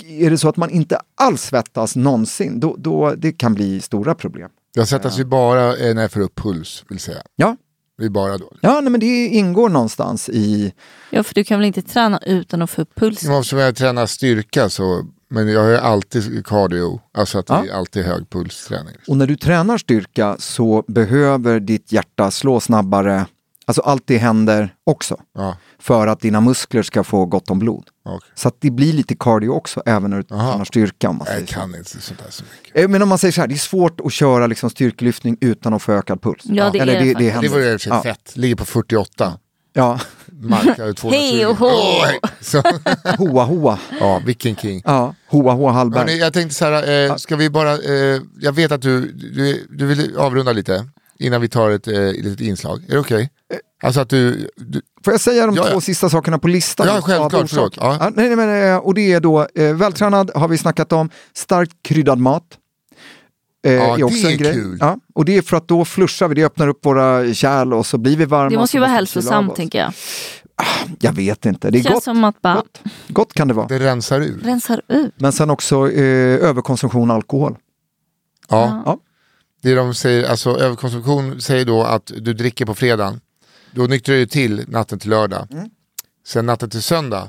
är det så att man inte alls svettas någonsin, då, då det kan bli stora problem.
Jag svettas ju bara eh, när jag får upp puls, vill säga.
Ja,
Det är bara då.
ja nej, men det ingår någonstans i...
Ja, för du kan väl inte träna utan att få upp pulsen?
Eftersom jag tränar styrka så, men jag har ju alltid cardio, alltså att det
Ja.
är alltid hög pulsträning.
Och när du tränar styrka så behöver ditt hjärta slå snabbare. Alltså allt det händer också.
Ja,
För att dina muskler ska få gott om blod.
och.
Så att det blir lite cardio också, även när du tränar styrka. Om man säger
Jag
så.
kan inte sånt där så mycket.
Eh, Men om man säger så här, det är svårt att köra liksom styrkelyftning utan att få ökad puls.
Ja, det
Eller
är det faktiskt.
Det
händer.
var ju i och för sig
Ja.
fett, ligger på 48.
Ja,
Markar 220.
(laughs) Hej och hå!
Åh, hej. Så,
hoa hoa.
(laughs) ja, vilken king.
Ja, hoa hoa Hallberg.
Hörrni, jag tänkte så här, eh, ska vi bara, eh, jag vet att du, du, du vill avrunda lite innan vi tar ett eh, litet inslag. Är det okej? Alltså att du, du
Får jag säga de
Ja, ja.
två sista sakerna på listan?
Ja,
Av
självklart,
orsak.
förlåt. Ja.
nej, nej, men, eh, och det är då eh, vältränad har vi snackat om, starkt kryddad mat. Eh,
Ja, det
är också
är
en grej.
kul.
Ja, och det är för att då flushar vi, det öppnar upp våra kärl och så blir vi varma.
Det måste ju
och
vara
så måste vi kyla av
hälsosamt
oss.
tänker jag.
Jag vet inte, det är
känns
gott.
som att bara
gott. Gott kan det vara.
det rensar ur.
rensar ut.
Men sen också eh, överkonsumtion av alkohol.
Ja.
Ja.
Det de säger, alltså överkonsumtion säger då att du dricker på fredagen, då nyktrar du till natten till lördag. Sen natten till söndag,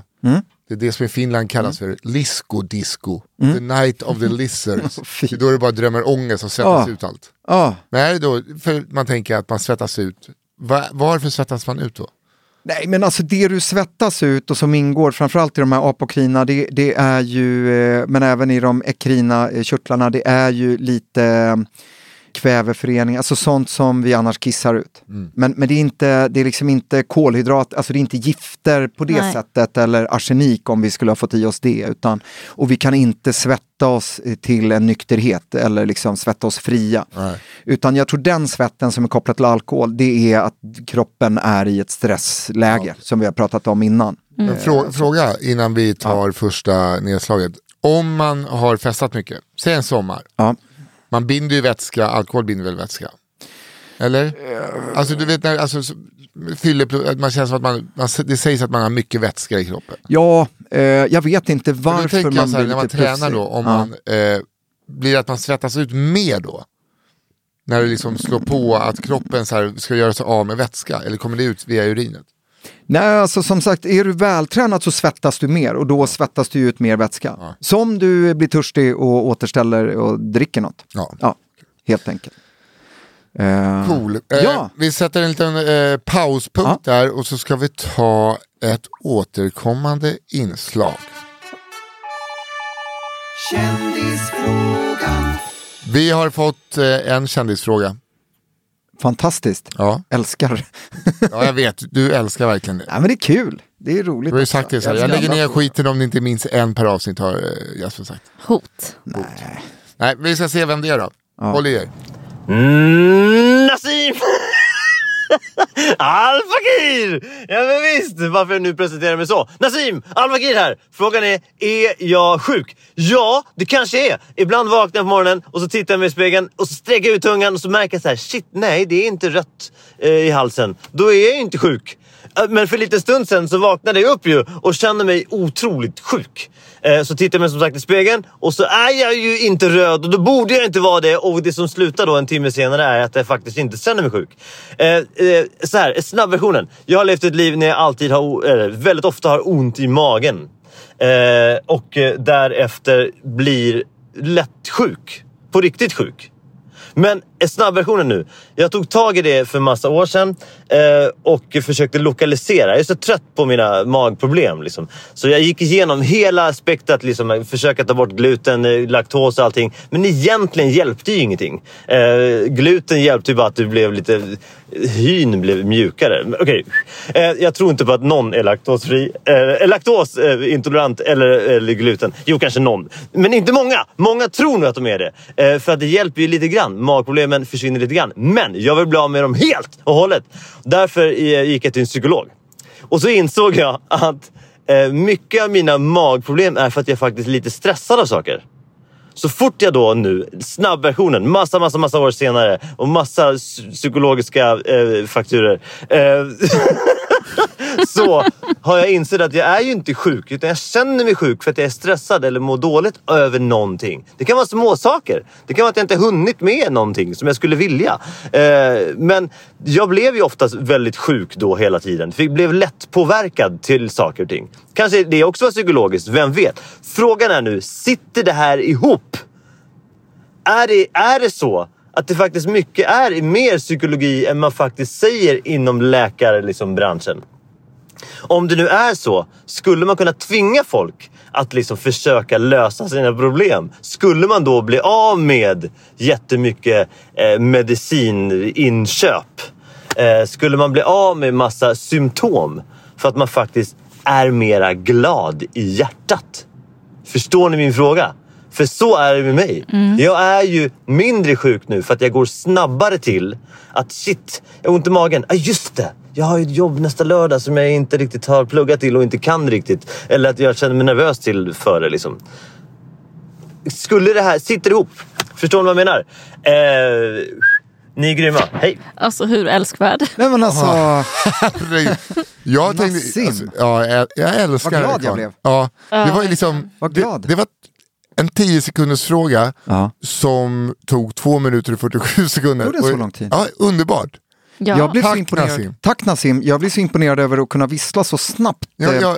det är det som i Finland kallas för lisko disco, the night of the (laughs) lizards.
fy.
det är då du bara drömmer ångest och svettas
Ah.
ut allt.
Ah.
Men är det då, för man tänker att man svettas ut, Va, varför svettas man ut då?
Nej, men alltså det du svettas ut och som ingår framförallt i de här apokrina, det, det är ju, eh, men även i de ekrina eh, körtlarna, det är ju lite eh, kväveföreningar, alltså sånt som vi annars kissar ut.
Mm.
Men, men det, är inte, det är liksom inte kolhydrat, alltså det är inte gifter på det
Nej.
sättet eller arsenik om vi skulle ha fått i oss det. Utan, och vi kan inte svetta oss eh, till en nykterhet eller liksom svetta oss fria. Utan jag tror den svetten som är kopplad till alkohol, det är att kroppen är i ett stressläge som vi har pratat om innan.
Men frå, fråga innan vi tar första nedslaget. Om man har festat mycket, säg en sommar,
Ja.
man binder ju vätska, alkohol binder väl vätska? Eller? Alltså du vet när, alltså, så- fyller, att man känns som att man, man, det sägs att man har mycket vätska i kroppen.
Ja, eh, jag vet inte
För då
varför
tänker
man
jag så här,
blir
när man
lite
tränar
plussig.
då, om
Ja.
man eh, blir att man svettas ut mer då? När det liksom slår på att kroppen så här, ska göra sig av med vätska, eller kommer det ut via urinet?
Nej, alltså som sagt, är du vältränad så svettas du mer och då svettas du ut mer vätska. Som du blir törstig och återställer och dricker något.
Ja.
Ja, helt enkelt. Eh,
Cool. Eh,
Ja.
Vi sätter en liten eh, pauspunkt där och så ska vi ta ett återkommande inslag. Vi har fått eh, en kändisfråga.
Fantastiskt.
Ja.
Älskar. (laughs)
ja, jag vet. Du älskar verkligen det.
ja, men det är kul. Det är roligt.
Du har ju sagt det, så här, jag
älskar
lägger
alla
ner
frågor.
skiten om det inte minns en per avsnitt har eh, Jasper sagt.
Hot.
Nej, vi ska se vem det är då. Håll i er.
Nassim! Al Fakir! Ja men visst, varför jag nu presenterar mig så. Nassim, Al Fakir här. Frågan är, är jag sjuk? Ja, det kanske är. Ibland vaknar jag på morgonen och så tittar jag mig i spegeln och så sträcker jag ut tungan och så märker jag så här, shit, nej, det är inte rött eh, i halsen. Då är jag ju inte sjuk. Eh, Men för en liten stund sen så vaknade jag upp ju och kände mig otroligt sjuk. Eh, Så tittar jag mig som sagt i spegeln och så är jag ju inte röd och då borde jag inte vara det. Och det som slutar då en timme senare är att jag faktiskt inte känner mig sjuk. Eh, eh, Så här, snabbversionen. Jag har levt ett liv när jag alltid har, o- eller väldigt ofta har ont i magen. Eh, och eh, därefter blir lätt sjuk. På riktigt sjuk. Men eh, snabbversionen nu. Jag tog tag i det för massa år sedan eh, och försökte lokalisera. Jag är så trött på mina magproblem. Liksom. Så jag gick igenom hela aspektet. Liksom, försöka ta bort gluten, eh, laktos och allting. Men egentligen hjälpte ju ingenting. Eh, gluten hjälpte ju bara att du blev lite... Hyn blev mjukare. Men Okej, eh, jag tror inte på att någon är laktosfri. Eh, laktosintolerant eller, eller gluten. Jo, kanske någon. Men inte många. Många tror nog att de är det. Eh, för att det hjälper ju lite grann. Magproblemen försvinner lite grann. Men jag vill bli av med dem helt och hållet. Därför eh, gick jag till en psykolog. Och så insåg jag att eh, mycket av mina magproblem är för att jag faktiskt är lite stressad av saker. Så fort jag då nu, snabbversionen, massa, massa, massa år senare och massa s- psykologiska eh, fakturer. Eh, så har jag insett att jag är ju inte sjuk, utan jag känner mig sjuk för att jag är stressad eller mår dåligt över någonting. Det kan vara små saker. Det kan vara att jag inte hunnit med någonting som jag skulle vilja. Eh, men jag blev ju oftast väldigt sjuk då hela tiden. Fick, blev lätt påverkad till saker och ting. Kanske det också var psykologiskt, vem vet? Frågan är nu, sitter det här ihop? är det, är det så att det faktiskt mycket är mer psykologi än man faktiskt säger inom läkarbranschen? Liksom, branschen? Om det nu är så, skulle man kunna tvinga folk att liksom försöka lösa sina problem? Skulle man då bli av med jättemycket eh, medicininköp? Eh, skulle man bli av med massa symptom för att man faktiskt är mera glad i hjärtat? Förstår ni min fråga? För så är det med mig.
Mm.
Jag är ju mindre sjuk nu för att jag går snabbare till att shit, jag har ont i magen. Ah, just det! Jag har ju ett jobb nästa lördag som jag inte riktigt har pluggat till och inte kan riktigt. Eller att jag känner mig nervös till för det liksom. Skulle det här... Sitter ihop. Förstår ni vad jag menar? Eh, ni är grymma. Hej!
Alltså hur älskvärd.
Nej men alltså,
Herregud.
(laughs)
jag tänkte,
Nassim.
alltså, ja, jag, jag älskar
Vad glad
den här
jag
karln.
blev.
Ja, det var ju liksom,
Vad glad.
Det, det var en 10 sekunders fråga
Ja.
som tog 2 minuter och 47 sekunder.
Tog det så
Och-
lång tid?
Ja, underbart.
Ja.
jag blev
Tack,
så imponerad.
Nassim.
Tack Nassim, jag blev så imponerad över att kunna vissla så snabbt.
Jag,
Eh,
jag,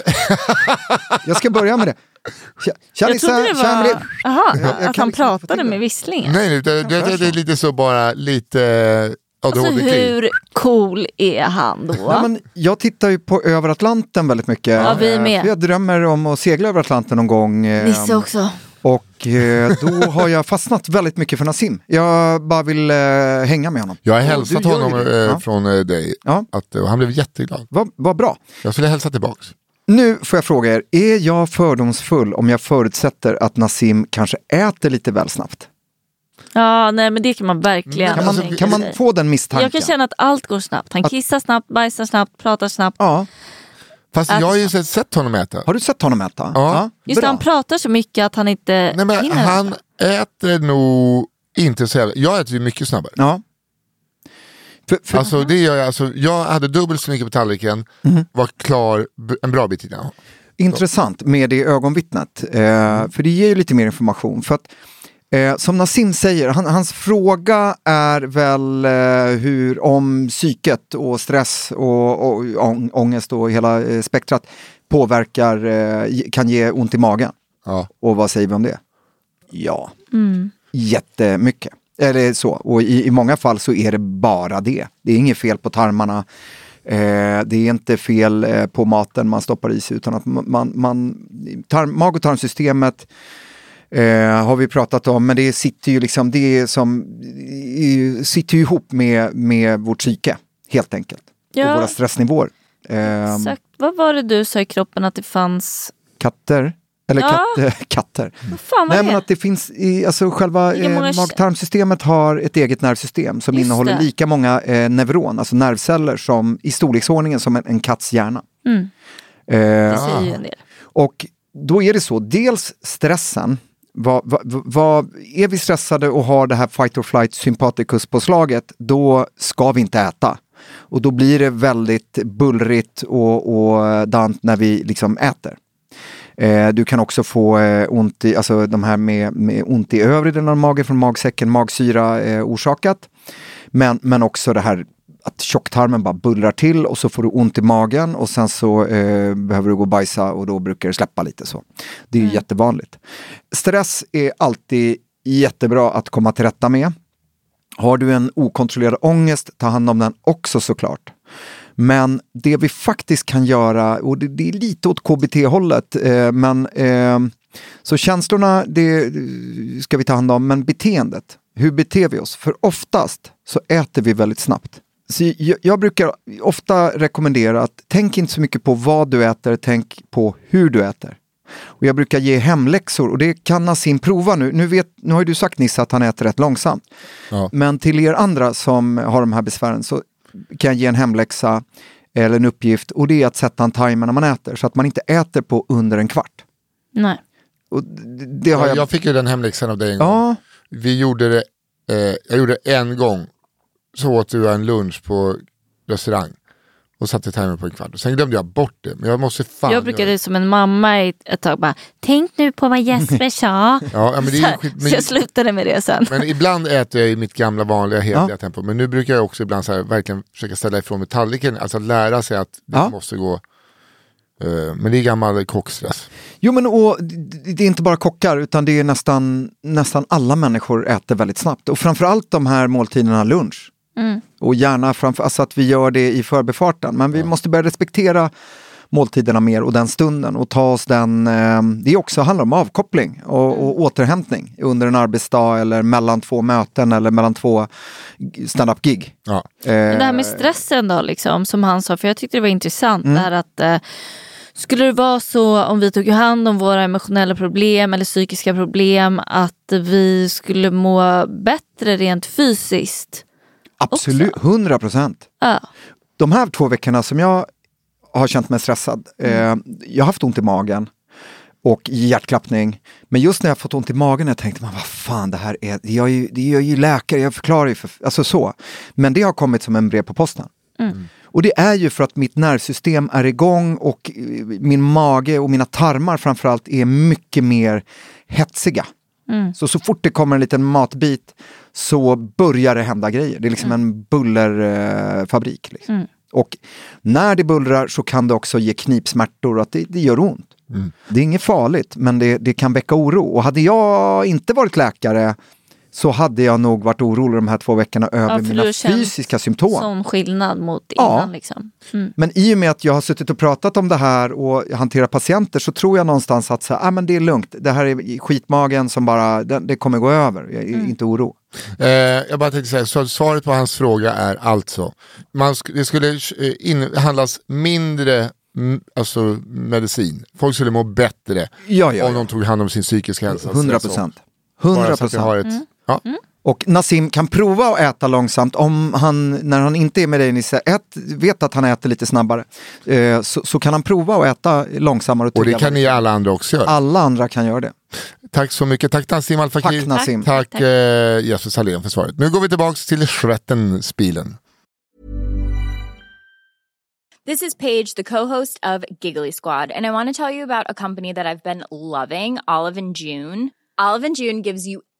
Jag ska börja med det. Tja-
jag
Tjallisar,
trodde det var
tjamli-
Aha,
jag kan
att han
liksom få
pratade
till det.
med visslingen.
nej, nej, det, det, det, det är lite så bara, lite eh,
Alltså
ADHD-klipp.
hur cool är han då?
Nej, men jag tittar ju på över Atlanten väldigt mycket.
Ja, vi
Eh,
med.
för Jag drömmer om att segla över Atlanten någon gång. eh,
Nisse också.
Och eh, då har jag fastnat väldigt mycket för Nassim. Jag bara vill eh, hänga med honom.
Jag har
Och
hälsat
du gör ju
honom eh,
det. Ja.
från eh, dig,
Ja.
att, och han blev jätteglad.
Vad vad bra.
Jag skulle hälsa tillbaks.
Nu får jag fråga er, är jag fördomsfull om jag förutsätter att Nassim kanske äter lite väl snabbt?
Ja, nej men det kan man verkligen
Men
Mm. Kan man,
tänka
kan man
sig.
få den misstanken?
alltså, Jag kan känna att allt går snabbt. Han kissar snabbt, bajsar snabbt, pratar snabbt.
Ja.
Fast
Äter
jag har ju sett, sett honom äta.
Har du sett honom äta?
Ja.
Just det,
bra.
han pratar så mycket att han inte
Nej, men
hinner.
han äter nog inte så jävla... Jag äter ju mycket snabbare.
ja. För, för,
Alltså, det gör jag, alltså, jag hade dubbelt så mycket på tallriken,
Mhm.
var klar b- en bra bit innan.
Intressant med det ögonvittnet, eh, för det ger ju lite mer information. För att, eh, som Nassim säger, han, hans fråga är väl eh, hur, om psyket och stress och, och ång, ångest och hela eh, spektrat påverkar, eh, ge- kan ge ont i magen.
Ja.
Och vad säger vi om det? Ja,
Mm.
jättemycket. Eller så, och i, i många fall så är det bara det. Det är inget fel på tarmarna. Eh, det är inte fel eh, på maten man stoppar i sig utan att ma- man, man tarm, mag och tarmsystemet Eh, har vi pratat om, men det sitter ju liksom, det är som, i- sitter ju ihop med, med vårt psyke, helt enkelt.
Ja.
Och våra stressnivåer. Eh,
Exakt. Vad var det du sa i kroppen att det fanns?
katter, eller
Ja.
katt, katter. (laughs)
Vad fan var
Nej
det?
men att det finns, i, alltså själva
Lika
eh,
många-
magtarmsystemet har ett eget nervsystem som
Just
innehåller
det.
lika många eh, neuron, alltså nervceller som, i storleksordningen som en, en katts hjärna.
Mm.
Eh,
Det säger ju en del.
och då är det så, dels stressen. Vad, vad, vad, är vi stressade och har det här fight or flight sympatikuspåslaget, då ska vi inte äta. Och då blir det väldigt bullrigt och, och dant när vi liksom äter. Eh, du kan också få eh, ont i, alltså de här med, med ont i övre delen av magen från magsäcken, magsyra eh, orsakat. Men, men också det här att tjocktarmen bara bullrar till och så får du ont i magen och sen så eh, behöver du gå och bajsa och då brukar det släppa lite så. Det är ju jättevanligt. Stress är alltid jättebra att komma till rätta med. Har du en okontrollerad ångest, ta hand om den också såklart. Men det vi faktiskt kan göra, och det, det är lite åt KBT-hållet, eh, men eh, så känslorna det eh, ska vi ta hand om, men beteendet, hur beter vi oss? För oftast så äter vi väldigt snabbt. Så jag, jag brukar ofta rekommendera att tänk inte så mycket på vad du äter, tänk på hur du äter. Och jag brukar ge hemläxor och det kan Nassim prova nu. Nu, vet, nu har ju du sagt Nisse att han äter rätt långsamt.
Ja.
Men till er andra som har de här besvären så kan jag ge en hemläxa eller en uppgift och det är att sätta en timer när man äter så att man inte äter på under en kvart.
Nej.
Och det, det har
Jag,
jag...
jag fick ju den hemläxan av dig en gång.
Ja,
Vi gjorde det, eh, jag gjorde det en gång. Så åt du en lunch på restaurang. Och satte timern på en kvart. Och sen glömde jag bort det. Men jag måste fan
jag brukade
göra det.
som en mamma i ett tag bara, tänk nu på vad Jesper sa.
Ja, ja, men det är ju skit,
(laughs) Så jag
men,
slutade med det sen.
men ibland äter jag i mitt gamla vanliga hederliga
Ja.
tempo. Men nu brukar jag också ibland så här, verkligen försöka ställa ifrån mig tallriken. Alltså att lära sig att det
Ja.
måste gå. eh, men det är gammal kockstress.
Jo, men och, det det är inte bara kockar, utan det är nästan, nästan alla människor äter väldigt snabbt. Och framförallt de här måltiderna lunch.
Mm.
Och gärna framför, alltså att vi gör det i förbifarten. Men vi måste börja respektera måltiderna mer och den stunden och ta oss den... Eh, det också handlar om avkoppling och,
Mm.
och återhämtning under en arbetsdag eller mellan två möten eller mellan två stand-up-gig.
Ja.
Men det här
Eh.
med stressen då, liksom, som han sa, för jag tyckte det var intressant.
Mm.
Det här att, eh, skulle det vara så om vi tog hand om våra emotionella problem eller psykiska problem att vi skulle må bättre rent fysiskt?
Absolut, hundra procent.
Ja.
de här två veckorna som jag har känt mig stressad, eh, jag har haft ont i magen och hjärtklappning. Men just när jag fått ont i magen har jag tänkt, man, vad fan det här är, jag är, ju, det är jag är ju läkare, jag förklarar ju, för, alltså så. Men det har kommit som en brev på posten. Och det är ju för att mitt nervsystem är igång och eh, min mage och mina tarmar framförallt är mycket mer hetsiga. Så så fort det kommer en liten matbit så börjar det hända grejer. Det är liksom en bullerfabrik. Eh, fabrik, liksom. Och när det bullrar så kan det också ge knipsmärtor och att det, det gör ont. Det är inget farligt, men det, det kan väcka oro. Och hade jag inte varit läkare så hade jag nog varit orolig de här två veckorna över
för du har
mina
känt
fysiska symptom.
Sån skillnad mot
Ja.
innan liksom. Mm.
Men i och med att jag har suttit och pratat om det här och hanterat patienter så tror jag någonstans att så här, ah, men det är lugnt. Det här är skitmagen som bara, det, det kommer gå över. Jag är inte oro.
Eh, jag bara tänkte säga, så svaret på hans fråga är alltså, man sk- det skulle eh, inhandlas mindre mm, alltså, medicin. Folk skulle må bättre
Ja, ja,
om
ja.
de tog hand om sin psykiska hälsa. Så-
100
så.
procent. 100
Bara så att jag har
procent.
ett, ja.
Och Nassim kan prova att äta långsamt om han, när han inte är med dig Nisse, ett, vet att han äter lite snabbare. Eh, så, så kan han prova att äta långsammare och
Och det
tydligare.
kan ni alla andra också göra.
Alla andra kan göra det.
Tack så mycket. Tack Nassim Al Fakir.
Tack Nassim.
Tack, eh, Jesper Salén för svaret. Nu går vi tillbaka till Shretten-spilen.
This is Paige, the co-host of Giggly Squad, and I want to tell you about a company that I've been loving, Olive and June. Olive and June gives you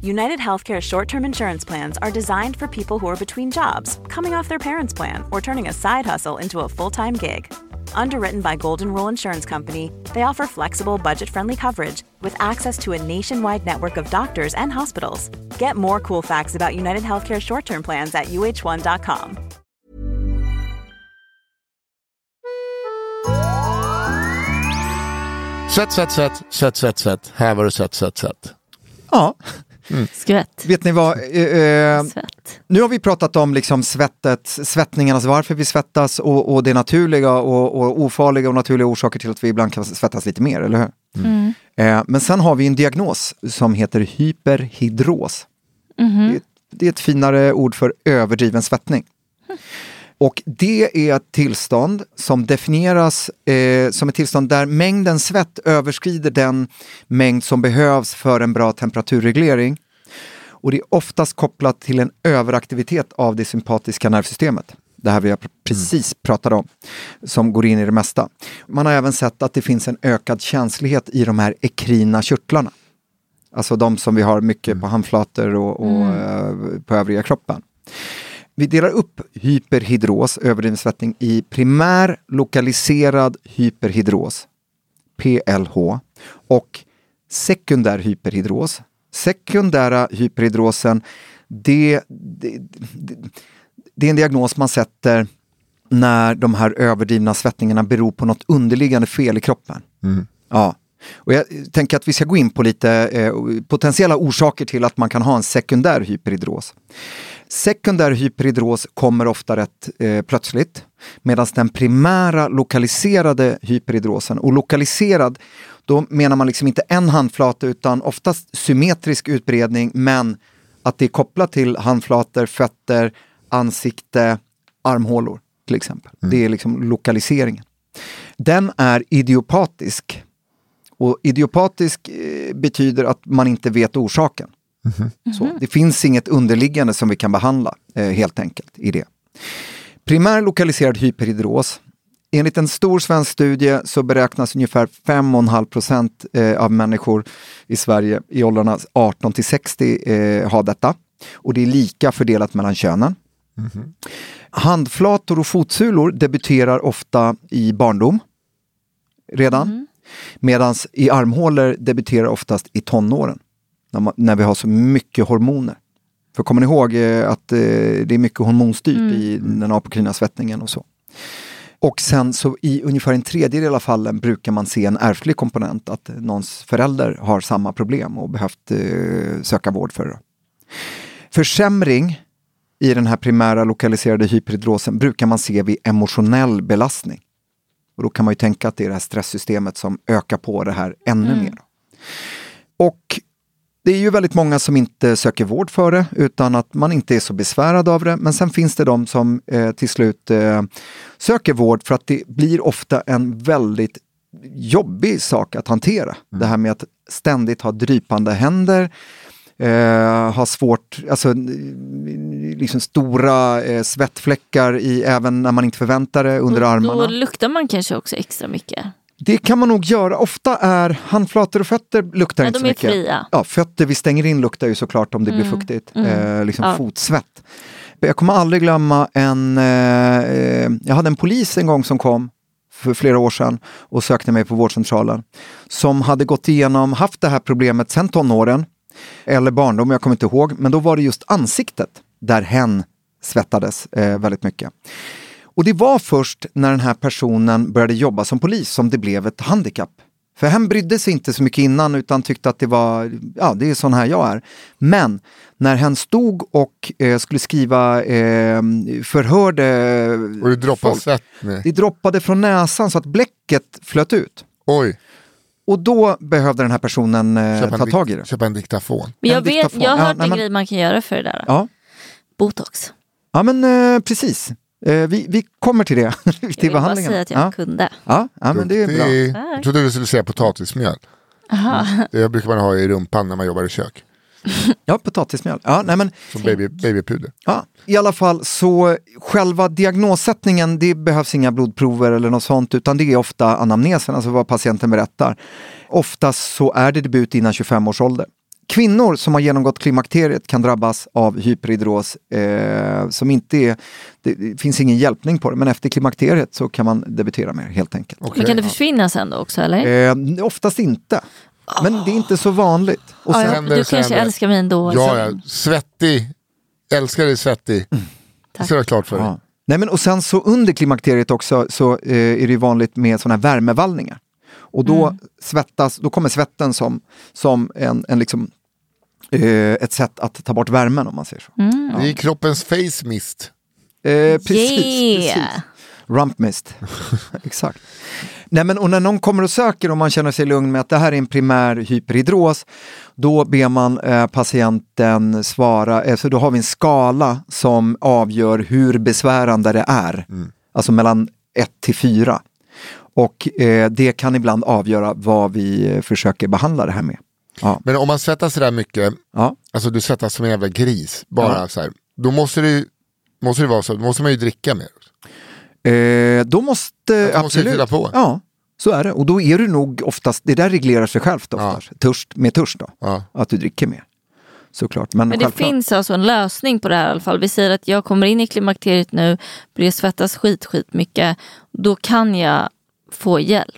United Healthcare short-term insurance plans are designed for people who are between jobs, coming off their parents' plan, or turning a side hustle into a full-time gig. Underwritten by Golden Rule Insurance Company, they offer flexible, budget-friendly coverage with access to a nationwide network of doctors and hospitals. Get more cool facts about United Healthcare short-term plans at uh1.com.
Sätt, sätt, sätt, sätt, sätt, sätt. Här var det sätt, sätt, sätt.
Ja.
Skvätt.
Vet ni vad? eh, Mm. eh, nu har vi pratat om liksom svettet, svettningarnas varför vi svettas och, och det naturliga och, och ofarliga och naturliga orsaker till att vi ibland kan svettas lite mer, eller hur?
Mm.
Eh, men sen har vi en diagnos som heter hyperhidros.
Mhm.
Det är ett finare ord för överdriven svettning.
Hm.
Och det är ett tillstånd som definieras eh, som ett tillstånd där mängden svett överskrider den mängd som behövs för en bra temperaturreglering. Och det är oftast kopplat till en överaktivitet av det sympatiska nervsystemet. Det här vi har pr- precis pratat om, som går in i det mesta. Man har även sett att det finns en ökad känslighet i de här ekrina körtlarna. Alltså de som vi har mycket på handflator och, och eh, på övriga kroppen. Vi delar upp hyperhidros, överdriven svettning, i primär lokaliserad hyperhidros, PLH, och sekundär hyperhidros. Sekundära hyperhidrosen, det, det, det, det är en diagnos man sätter när de här överdrivna svettningarna beror på något underliggande fel i kroppen. Ja. Och jag tänker att vi ska gå in på lite eh, potentiella orsaker till att man kan ha en sekundär hyperhidros. Sekundär hyperhidros kommer ofta rätt eh, plötsligt medan den primära lokaliserade hyperhidrosen, och lokaliserad då menar man liksom inte en handflata utan oftast symmetrisk utbredning men att det är kopplat till handflator, fötter, ansikte, armhålor till exempel. Det är liksom lokaliseringen. Den är idiopatisk. Och idiopatisk eh, betyder att man inte vet orsaken. Så, det finns inget underliggande som vi kan behandla eh, helt enkelt i det. Primär lokaliserad hyperhidros. Enligt en stor svensk studie så beräknas ungefär 5,5 procent eh, av människor i Sverige i åldrarna 18 till 60 eh, ha detta. Och det är lika fördelat mellan könen. Handflator och fotsulor debuterar ofta i barndom redan. Medan i armhålor debuterar oftast i tonåren. När, man, när vi har så mycket hormoner. För kommer ni ihåg eh, att eh, det är mycket hormonstyrt i den apokrina svettningen och så. Och sen så i ungefär en tredjedel av fallen brukar man se en ärftlig komponent. Att någons förälder har samma problem och behövt eh, söka vård för det. Försämring i den här primära lokaliserade hyperhidrosen brukar man se vid emotionell belastning. Och då kan man ju tänka att det är det här stresssystemet som ökar på det här ännu mer. Och det är ju väldigt många som inte söker vård för det utan att man inte är så besvärad av det. Men sen finns det de som eh, till slut eh, söker vård för att det blir ofta en väldigt jobbig sak att hantera. Det här med att ständigt ha drypande händer, eh, ha svårt, alltså n- liksom stora eh, svettfläckar i, även när man inte förväntar det under armarna.
Då luktar man kanske också extra mycket.
Det kan man nog göra. Ofta är handflator och fötter luktar
Ja,
inte
de
så
är
mycket.
fria. Mm,
Ja, fötter vi stänger in luktar ju såklart om det blir fuktigt. Eh, liksom
Ja.
Fotsvett. Jag kommer aldrig glömma en... Eh, eh, jag hade en polis en gång som kom för flera år sedan och sökte mig på vårdcentralen. Som hade gått igenom, haft det här problemet sedan tonåren. Eller barndom, jag kommer inte ihåg. Men då var det just ansiktet där hen svettades eh, väldigt mycket. Och det var först när den här personen började jobba som polis som det blev ett handikapp. För han brydde sig inte så mycket innan utan tyckte att det var, ja det är sån här jag är. Men när han stod och eh, skulle skriva eh, förhörde
Och det droppar
folk,
svett med.
det droppade från näsan så att bläcket flöt ut.
Oj.
Och då behövde den här personen
Köpa
eh,
en
ta
dik-
tag i det.
Köpa en diktafon.
Men jag,
En
vet,
diktafon.
jag har
Ja,
hört
nej,
en
men-
grej man kan göra för det där.
Ja.
Botox.
Ja men eh, precis. Eh, vi, vi kommer till det. (laughs)
Jag
till
vill bara
behandlingen.
säga att jag
ja.
kunde.
Ja, ja, men det är bra.
Jag trodde du skulle säga potatismjöl.
Aha.
Det brukar man ha i rumpan när man jobbar i kök.
Ja, potatismjöl. Ja, nej, men,
Som baby, babypuder.
Ja, I alla fall så själva diagnossättningen, det behövs inga blodprover eller något sånt utan det är ofta anamnesen, alltså vad patienten berättar. Oftast så är det debut innan 25 års ålder. Kvinnor som har genomgått klimakteriet kan drabbas av hyperhidros eh, som inte är, det, det finns ingen hjälpning på det, men efter klimakteriet så kan man debutera med det helt enkelt.
Men kan det försvinna sen då också eller?
Eh, oftast inte, men det är inte så vanligt. Och
Ja,
sen-
ja, du kanske älskar mig ändå.
Ja,
liksom.
ja. Svettig. Älskar dig svettig. Det ska du ha klart för dig.
Ja. Nej, men, och sen så under klimakteriet också så eh, är det ju vanligt med sådana här värmevallningar. Och då, svettas, då kommer svetten som, som en, en liksom, eh, ett sätt att ta bort värmen om man säger så.
Det är kroppens face mist.
Eh, precis,
Yeah.
precis. Rump mist. (laughs) Exakt. Nej, men, och när någon kommer och söker och man känner sig lugn med att det här är en primär hyperhidros, då ber man eh, patienten svara, eh, så då har vi en skala som avgör hur besvärande det är. Alltså mellan 1 till 4. Och eh, det kan ibland avgöra vad vi eh, försöker behandla det här med. Ja.
Men om man svettas sådär mycket,
Ja.
alltså du svettas som en jävla gris, bara så här, då måste du Måste det vara så, då måste man ju dricka mer.
Eh, då måste,
måste
absolut.
ju fylla på.
Ja, så är det. Och då är du nog oftast, det där reglerar sig självt oftast, törst, med törst då.
Ja.
Att du dricker mer. Såklart. Men,
Men det
självklart.
finns alltså en lösning på det här i alla fall. Vi säger att jag kommer in i klimakteriet nu, blir svettas skit, skit mycket. Då kan jag få hjälp.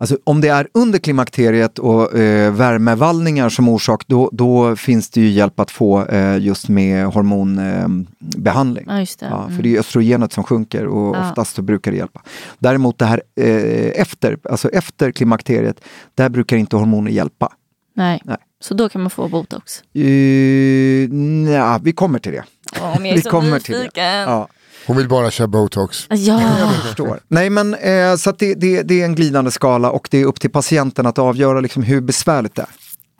Alltså, om det är under klimakteriet och eh, värmevallningar som orsak, då, då finns det ju hjälp att få eh, just med hormonbehandling. Eh, behandling.
Ja, just det.
Ja, för
Mm.
det är ju östrogenet som sjunker och
Ja.
oftast så brukar det hjälpa. Däremot det här eh, efter, alltså efter klimakteriet, där brukar inte hormoner hjälpa.
Nej.
Nej.
Så då kan man få botox.
Uh, nja, vi kommer till det.
Om (laughs) jag är
vi
så
kommer
nyfiken.
till det. Ja,
Hon vill bara köra botox.
Ja.
jag förstår. Nej, men eh, så att det, det, det är en glidande skala och det är upp till patienten att avgöra liksom hur besvärligt det är.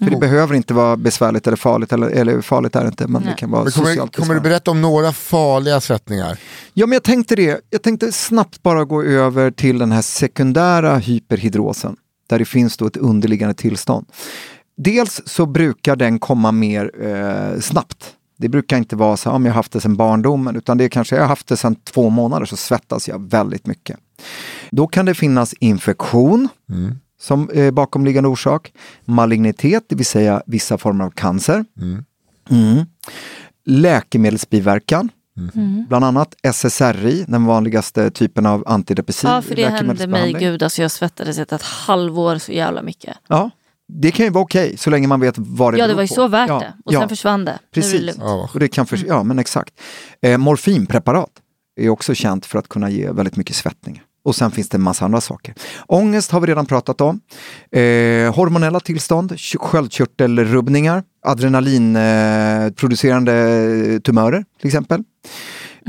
För det behöver inte vara besvärligt eller farligt, eller, eller farligt är det inte, men
Nej.
det kan vara
Men kommer,
socialt
kommer du
besvärligt.
berätta om några farliga svettningar?
Ja, men jag tänkte det. Jag tänkte snabbt bara gå över till den här sekundära hyperhidrosen, där det finns då ett underliggande tillstånd. Dels så brukar den komma mer eh, snabbt. Det brukar inte vara så om jag har haft det sedan barndomen, utan det är kanske jag har haft det sedan två månader så svettas jag väldigt mycket. Då kan det finnas infektion som eh, bakomliggande orsak, malignitet, det vill säga vissa former av cancer, Mm. läkemedelsbiverkan,
Mm.
bland annat SSRI, den vanligaste typen av antidepressiv
ja, för det hände mig,
läkemedelsbehandling.
gud, alltså jag svettades ett, ett halvår så jävla mycket.
Ja, det kan ju vara okej så länge man vet vad det
Ja, det
beror
var ju
på.
så värt
ja,
det. Och sen försvann det. Nu är det
Precis,
lugnt. Mm.
Ja.
och det kan förs- ja men exakt. Eh, morfinpreparat är också känt för att kunna ge väldigt mycket svettning. Och sen finns det en massa andra saker. Ångest har vi redan pratat om. Eh, hormonella tillstånd, kö- sköldkörtelrubbningar, adrenalinproducerande eh, producerande tumörer till exempel.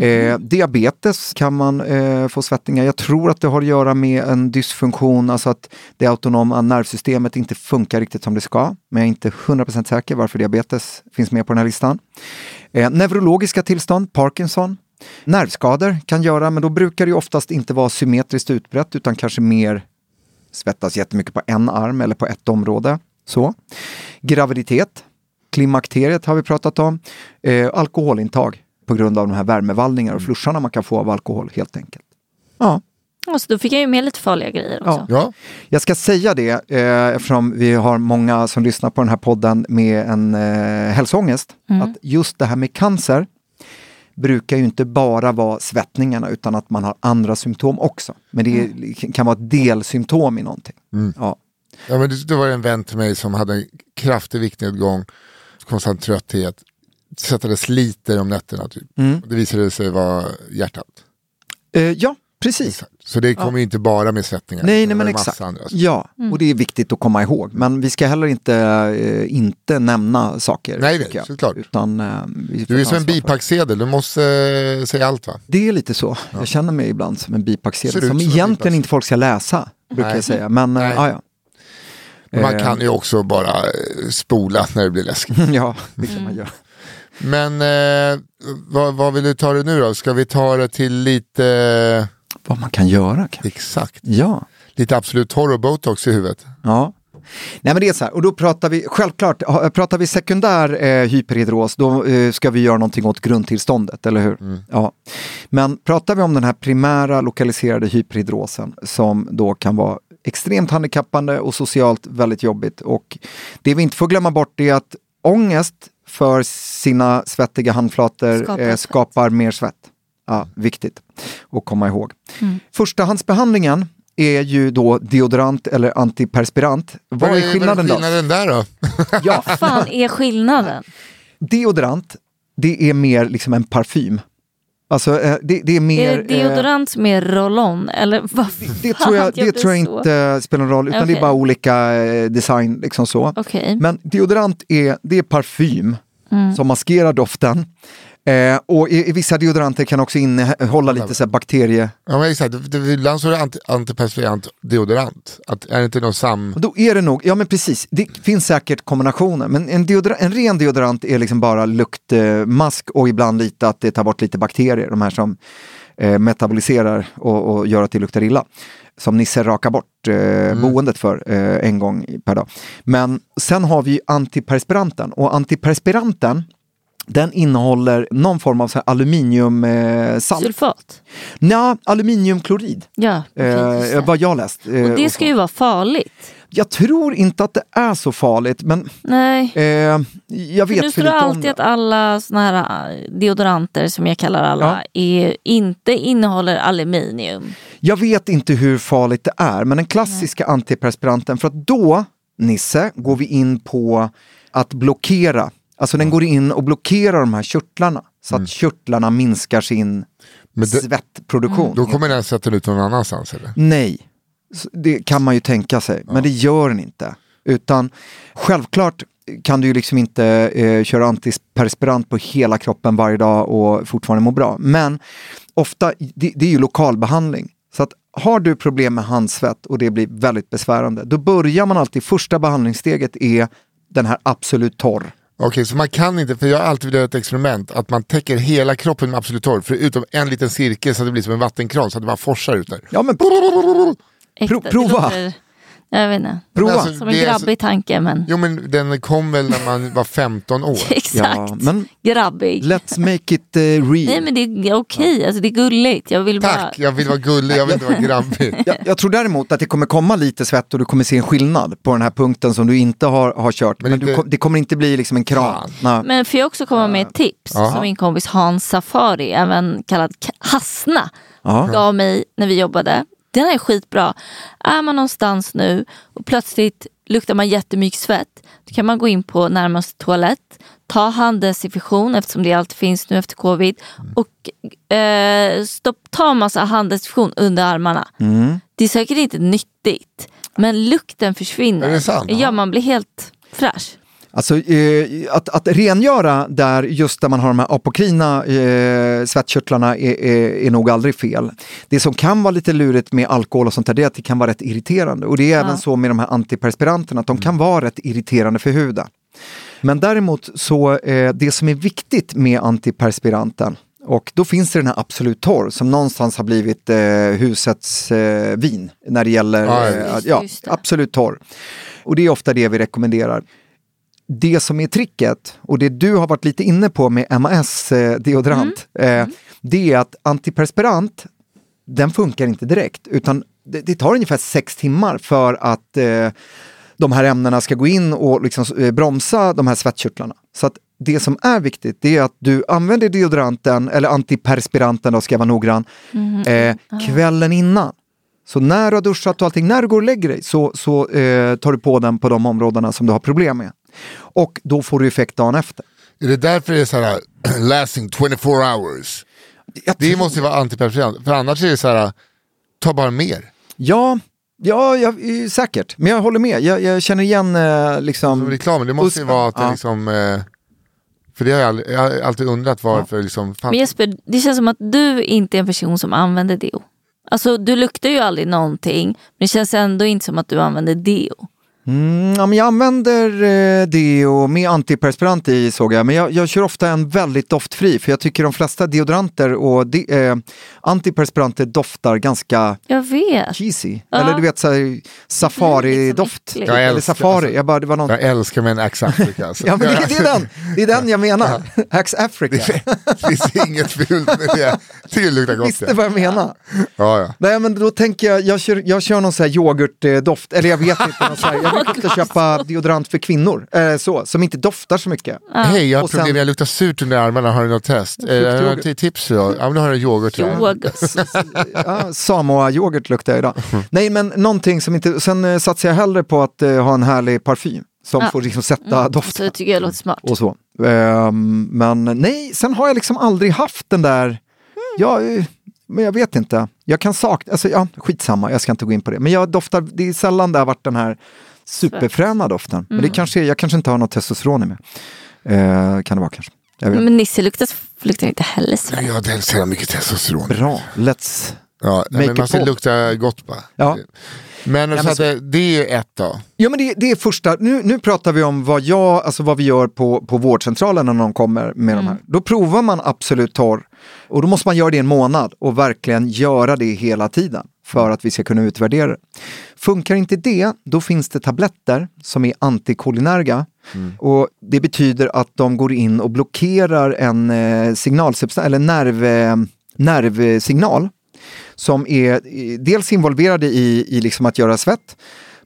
Eh, diabetes kan man eh, få svettningar. Jag tror att det har att göra med en dysfunktion, alltså att det autonoma nervsystemet inte funkar riktigt som det ska. Men jag är inte 100% säker varför diabetes finns med på den här listan. Eh, neurologiska tillstånd, Parkinson. Nervskador kan göra, men då brukar det ju oftast inte vara symmetriskt utbrett utan kanske mer svettas jättemycket på en arm eller på ett område. Så. Graviditet, klimakteriet har vi pratat om, eh, alkoholintag på grund av de här värmevallningar och fluscharna man kan få av alkohol helt enkelt. Ja,
Ja, så då fick jag ju med lite farliga grejer också.
Ja,
jag ska säga det eh, eftersom vi har många som lyssnar på den här podden med en eh, hälsoångest. Att just det här med cancer brukar ju inte bara vara svettningarna utan att man har andra symptom också. Men det är, kan vara ett delsymptom i någonting. Ja.
ja men det, det var en vän till mig som hade en kraftig viktnedgång, konstant trötthet, svettades liter om nätterna typ.
Mm.
Det visade sig vara hjärtat.
Eh, ja, precis.
Så det kommer ju inte bara med svettningar.
Nej,
Det
nej
var
men
ju massa
exakt.
andra.
Ja, och det är viktigt att komma ihåg. Men vi ska heller inte, eh, inte nämna saker.
Nej,
tycker
nej,
jag.
såklart.
Utan, eh, vi får
Du är
ta
som en
ansvar för det.
bipacksedel, du måste eh, säga allt va?
Det är lite så. Jag känner mig ibland som en
Ser
bipacksedel
ut som
som
en
egentligen
bipacksedel.
inte folk ska läsa, brukar
Nej.
jag säga. Men
Nej.
äh, ja, (laughs)
Men Man
Eh.
kan ju också bara eh, spola när det blir läskigt.
ja, det kan
Mm.
man göra.
Men eh, vad, vad vill du ta det nu då? Ska vi ta det till lite, eh,
Vad man kan göra kanske.
exakt,
Ja,
lite Absolut Torr och Botox i huvudet?
ja. Nej men det är så här, och då pratar vi, självklart, ha- pratar vi sekundär eh, hyperhidros, då eh, ska vi göra någonting åt grundtillståndet, eller hur? Ja. Men pratar vi om den här primära lokaliserade hyperhidrosen som då kan vara extremt handikappande och socialt väldigt jobbigt. Och det vi inte får glömma bort är att ångest för sina svettiga handflator
Skapar
eh,
svett.
skapar mer svett. Ja, viktigt att komma ihåg.
Mm.
Förstahandsbehandlingen är ju då deodorant eller antiperspirant. Vad är skillnaden då?
där då?
Ja.
Vad fan är skillnaden?
Deodorant, det är mer liksom en parfym. Alltså eh, det, det är (laughs) mer...
är det deodorant som är roll-on? Eller vad fan?
eh, det tror jag, det tror jag
blir så-
inte spelar någon roll, utan det
Okej.
är bara olika eh, design. Liksom så.
Okej.
Men deodorant är, det är parfym
Mm.
som maskerar doften. Eh, och i, i vissa deodoranter kan också innehålla lite så här bakterie...
Ja, men exakt. Det- det- Ibland så är det anti, antiperspirant deodorant. Att, är det inte någon sam...
Och Då är det nog, ja men precis, det finns säkert kombinationer. Men en, deodora- en ren deodorant är liksom bara luktmask och ibland lite att det tar bort lite bakterier, de här som eh, metaboliserar och, och gör att det luktar illa. Som Nisse rakar bort eh,
Mm.
boendet för eh, en gång per dag. Men sen har vi ju antiperspiranten och antiperspiranten den innehåller någon form av så här aluminiumsalt. Eh, salt.
Sulfat?
Nja, aluminiumklorid.
Ja, okej, just
eh, vad jag läst. eh,
Och det
och
ska
så.
ju vara farligt.
Jag tror inte att det är så farligt, men
Nej.
eh, jag
För nu
vet för
står det
lite om
alltid
det.
att alla såna här eh, deodoranter, som jag kallar alla, är, inte innehåller aluminium.
Jag vet inte hur farligt det är, men den klassiska antiperspiranten, för att då, Nisse, går vi in på att blockera. Alltså
Mm.
den går in och blockerar de här körtlarna, så att körtlarna minskar sin svettproduktion.
Då kommer den sätta ut någon annanstans eller?
Nej, Så det kan man ju tänka sig, men det gör den inte. Utan självklart kan du ju liksom inte eh, köra antiperspirant på hela kroppen varje dag och fortfarande må bra. Men ofta, det, det är ju lokalbehandling. Så att har du problem med handsvett och det blir väldigt besvärande, då börjar man alltid, första behandlingssteget är den här absolut torr.
Okej, så man kan inte, för jag har alltid velat göra ett experiment, att man täcker hela kroppen med Absolut Torr, förutom en liten cirkel så att det blir som en vattenkran, så att det bara forsar ut där.
(laughs)
Ja, men...
Äkta.
Pro-
Det
prova.
låter- Jag vet inte.
Prova.
Det är Som en
Alltså, Det är så-
grabbig tanke, men
Jo, men den kom väl när man var 15 år?
(laughs) Exakt. Ja,
men
grabbig.
let's make it eh, real.
Nej men det är okej, alltså, det är gulligt. Jag vill bara...
Jag vill vara gullig, jag vill inte vara grabbig.
Jag, jag tror däremot att det kommer komma lite svett och du kommer se en skillnad på den här punkten som du inte har, har kört. Men, du,
inte-
kom- det kommer inte bli liksom en kran. Nej.
Men får jag också komma med ett tips
Ja.
som min kompis Hans Safari, även kallad K- Hassna,
Ja.
gav mig när vi jobbade. Den är skitbra. Är man någonstans nu och plötsligt luktar man jättemycket svett, då kan man gå in på närmaste toalett, ta handdesinfektion eftersom det alltid finns nu efter covid och eh, stopp, ta massa handdesinfektion under armarna.
Mm.
Det är säkert inte nyttigt, men lukten försvinner.
Är det sant?
Ja, man blir helt fräsch.
Alltså eh, att, att rengöra där just där man har de här apokrina eh, svettkörtlarna är, är, är nog aldrig fel. Det som kan vara lite lurigt med alkohol och sånt där det är att det kan vara rätt irriterande och det är
Ja. Mm.
även så med de här antiperspiranterna att de kan vara rätt irriterande för huden. Men däremot så eh, det som är viktigt med antiperspiranten och då finns det den här Absolut Torr som någonstans har blivit eh, husets eh, vin när det gäller
Ja,
eh,
just
att-
det,
ja,
just
Absolut Torr. Och det är ofta det vi rekommenderar det som är tricket och det du har varit lite inne på med MAS eh, deodorant, eh, det är att antiperspirant, den funkar inte direkt utan det, det tar ungefär sex timmar för att eh, de här ämnena ska gå in och liksom, eh, bromsa de här svettkörtlarna. Så att det som är viktigt det är att du använder deodoranten, eller antiperspiranten då ska jag vara noggrann,
Mhm.
eh, kvällen innan. Så när du har duschat och allting, när du går och lägger dig så, så eh, tar du på den på de områdena som du har problem med. Och då får du effekt dagen efter.
Är det därför det är så
(clears throat)
här, lasting 24 hours? Det måste ju vara antiperspirant, för annars är det så här, ta bara mer.
Ja, ja, ja eh, säkert. Men jag håller med. Jag, jag känner igen eh, liksom...
Som Alltså reklamen, det måste ju
uspen.
vara att det
Ja.
liksom, eh, för det har jag, aldrig, jag har alltid undrat varför liksom, fan,
Men Jesper, det känns som att du inte är en person som använder deo. Alltså du luktar ju aldrig någonting, men det känns ändå inte som att du använder deo.
Mm, ja, men jag använder eh, deo med antiperspirant i såg jag, men jag, jag kör ofta en väldigt doftfri för jag tycker de flesta deodoranter och de, eh, antiperspiranter doftar ganska
Jag vet.
cheesy.
Ja.
Eller du vet, så här, safari-doft.
äckligt.
Jag
Eller
älskar-
safari, jag bara, det var någon...
Jag älskar min Axe
(laughs)
Africa. Alltså.
Ja, men det, det, är den, det är den jag menar. Hax Africa.
Det (laughs) finns inget fult med det. Jag tycker det luktar gott.
Visste vad jag menar.
Ja, ja.
Nej men då tänker jag, jag kör, jag kör någon sån här yoghurtdoft, eller jag vet inte, någon sån här, jag brukar ofta köpa deodorant för kvinnor, eh, så, som inte doftar så mycket.
Hej, jag har
Och sen-
problem. Jag luktar surt under armarna. Har du något test? Eh, har du något
yoghurt.
tips? Då? Ja, men då har jag yoghurt. här.
Yoghurt.
(laughs) Ja, Samoa-yoghurt luktar jag idag. Nej men någonting som inte, sen eh, satsar jag hellre på att eh, ha en härlig parfym som
Ja. Mm,
får liksom sätta
Så
doften
det tycker jag låter smart.
och så. Ehm, men nej, sen har jag liksom aldrig haft den där, ja, eh, men jag vet inte, jag kan sakna, alltså ja, skitsamma, jag ska inte gå in på det, men jag doftar, det är sällan det har varit den här superfräna doften, men det kanske är, jag kanske inte har något testosteron i mig. Eh, kan det vara kanske. Jag vet.
Men Nisse luktar, luktar inte heller svett.
Jag har så jävla mycket testosteron.
Bra, let's...
Ja, nej, men
Make
man
it
ska
pop.
lukta gott bara.
Ja.
Men, så
men
att,
så-
eh, det är ju ett då. (laughs)
Ja, men det, det är första, nu, nu pratar vi om vad, jag, alltså vad vi gör på, på vårdcentralen när någon kommer med de här. Då provar man Absolut Torr och då måste man göra det i en månad och verkligen göra det hela tiden för att vi ska kunna utvärdera det. Funkar inte det, då finns det tabletter som är antikolinerga och det betyder att de går in och blockerar en eh, signalsubstans, eller nerv, eh, nervsignal som är eh, dels involverade i, i liksom att göra svett,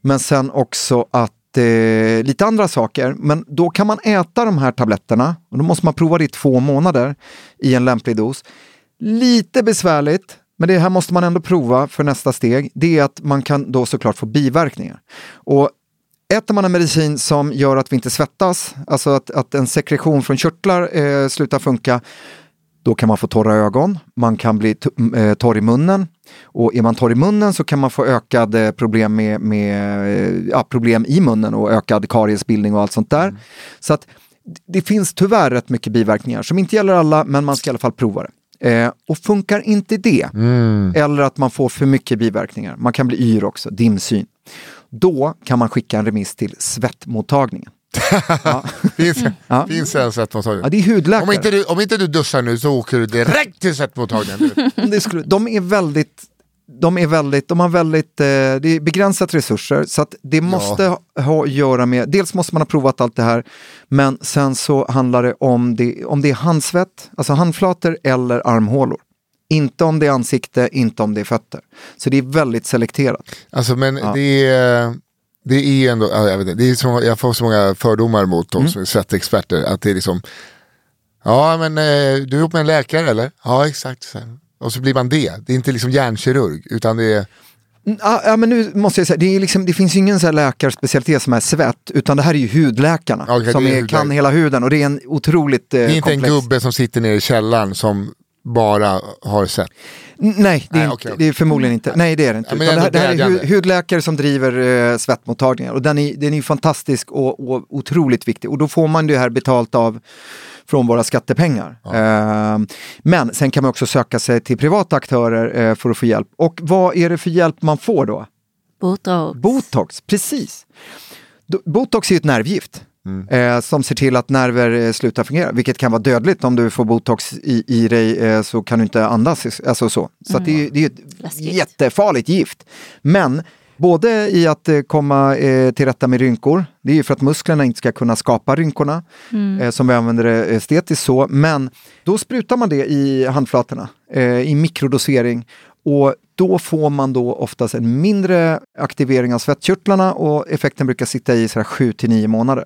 men sen också att eh, lite andra saker. Men då kan man äta de här tabletterna, och då måste man prova det i två månader i en lämplig dos. Lite besvärligt, men det här måste man ändå prova för nästa steg. Det är att man kan då såklart få biverkningar. Och Äter man en medicin som gör att vi inte svettas, alltså att, att en sekretion från körtlar eh, slutar funka, då kan man få torra ögon, man kan bli t- m- eh, torr i munnen och är man torr i munnen så kan man få ökad eh, problem, med, med, eh, ja, problem i munnen och ökad kariesbildning och allt sånt
Mm.
där. Så att d- det finns tyvärr rätt mycket biverkningar som inte gäller alla men man ska i alla fall prova det. Eh, och funkar inte det,
Mm.
eller att man får för mycket biverkningar, man kan bli yr också, dimsyn, då kan man skicka en remiss till
(laughs)
svettmottagningen.
Finns, finns det en svettmottagning?
Mm. Ja, det är hudläkare.
om, inte du, om inte du duschar nu så åker du direkt till
(laughs)
svettmottagningen. nu.
Om det skulle, de är väldigt, de är väldigt, de har väldigt, eh, det är begränsat resurser så att det måste ha- ha att göra med, dels måste man ha provat allt det här, men sen så handlar det om det, om det är handsvett, alltså handflator eller armhålor. Inte om det är ansikte, inte om det är fötter. Så det är väldigt selekterat.
Alltså men det är... Det är ändå, ja, jag, vet inte, det är så, jag får så många fördomar mot de
Mm.
som är svettexperter. Att det är liksom, ja men eh, du är ihop med en läkare eller? Ja exakt. Så här. Och så blir man det. Det är inte liksom hjärnkirurg utan det är,
Mm, Ja, ja, men nu måste jag säga, det, är liksom, det finns ju ingen så här läkarspecialitet som är svett, utan det här är ju hudläkarna
Okej, det
som
är
är,
hudläkare.
kan hela huden och det är en otroligt eh,
det är inte
komplex...
en gubbe som sitter nere i källaren som bara har sett.
N- Nej, det är,
Nej, okej,
inte,
okej.
det är förmodligen inte. Nej, det är det inte.
Ja, men
Utan det, här,
ändå
det här är hu-
glädjande.
hudläkare som driver eh, svettmottagningar och den är, den är ju fantastisk och, och otroligt viktig. Och då får man det här betalt av från våra skattepengar. Ehm, men sen kan man också söka sig till privata aktörer eh, för att få hjälp. Och vad är det för hjälp man får då?
Botox.
Botox, precis. Do- Botox är ju ett nervgift
Mm.
eh, som ser till att nerver eh, slutar fungera, vilket kan vara dödligt. Om du får botox i, i dig eh, så kan du inte andas. i- Alltså så så att det, är ju- det är ju ett
Läskigt.
jättefarligt gift. Men både i att eh, komma eh, till rätta med rynkor, det är ju för att musklerna inte ska kunna skapa rynkorna, eh, som vi använder det estetiskt så, men då sprutar man det i handflatorna, eh, i mikrodosering. Och då får man då oftast en mindre aktivering av svettkörtlarna och effekten brukar sitta i 7-9 månader.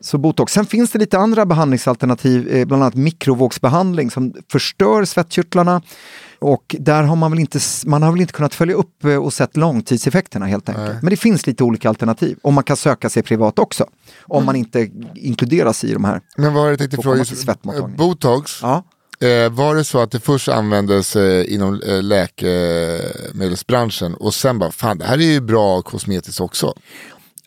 Så botox. Sen finns det lite andra behandlingsalternativ, eh, bland annat mikrovågsbehandling som förstör svettkörtlarna. Och där har man väl inte, s- man har väl inte kunnat följa upp eh, och sett långtidseffekterna helt enkelt. Men det finns lite olika alternativ och man kan söka sig privat också. Om man inte inkluderas i de här.
Men vad var det jag tänkte
Får
fråga,
komma
just,
till svettmottagningen.
botox,
Ja.
eh, var det så att det först användes eh, inom eh,
eh,
läkemedelsbranschen och sen bara, fan det här är ju bra kosmetiskt också.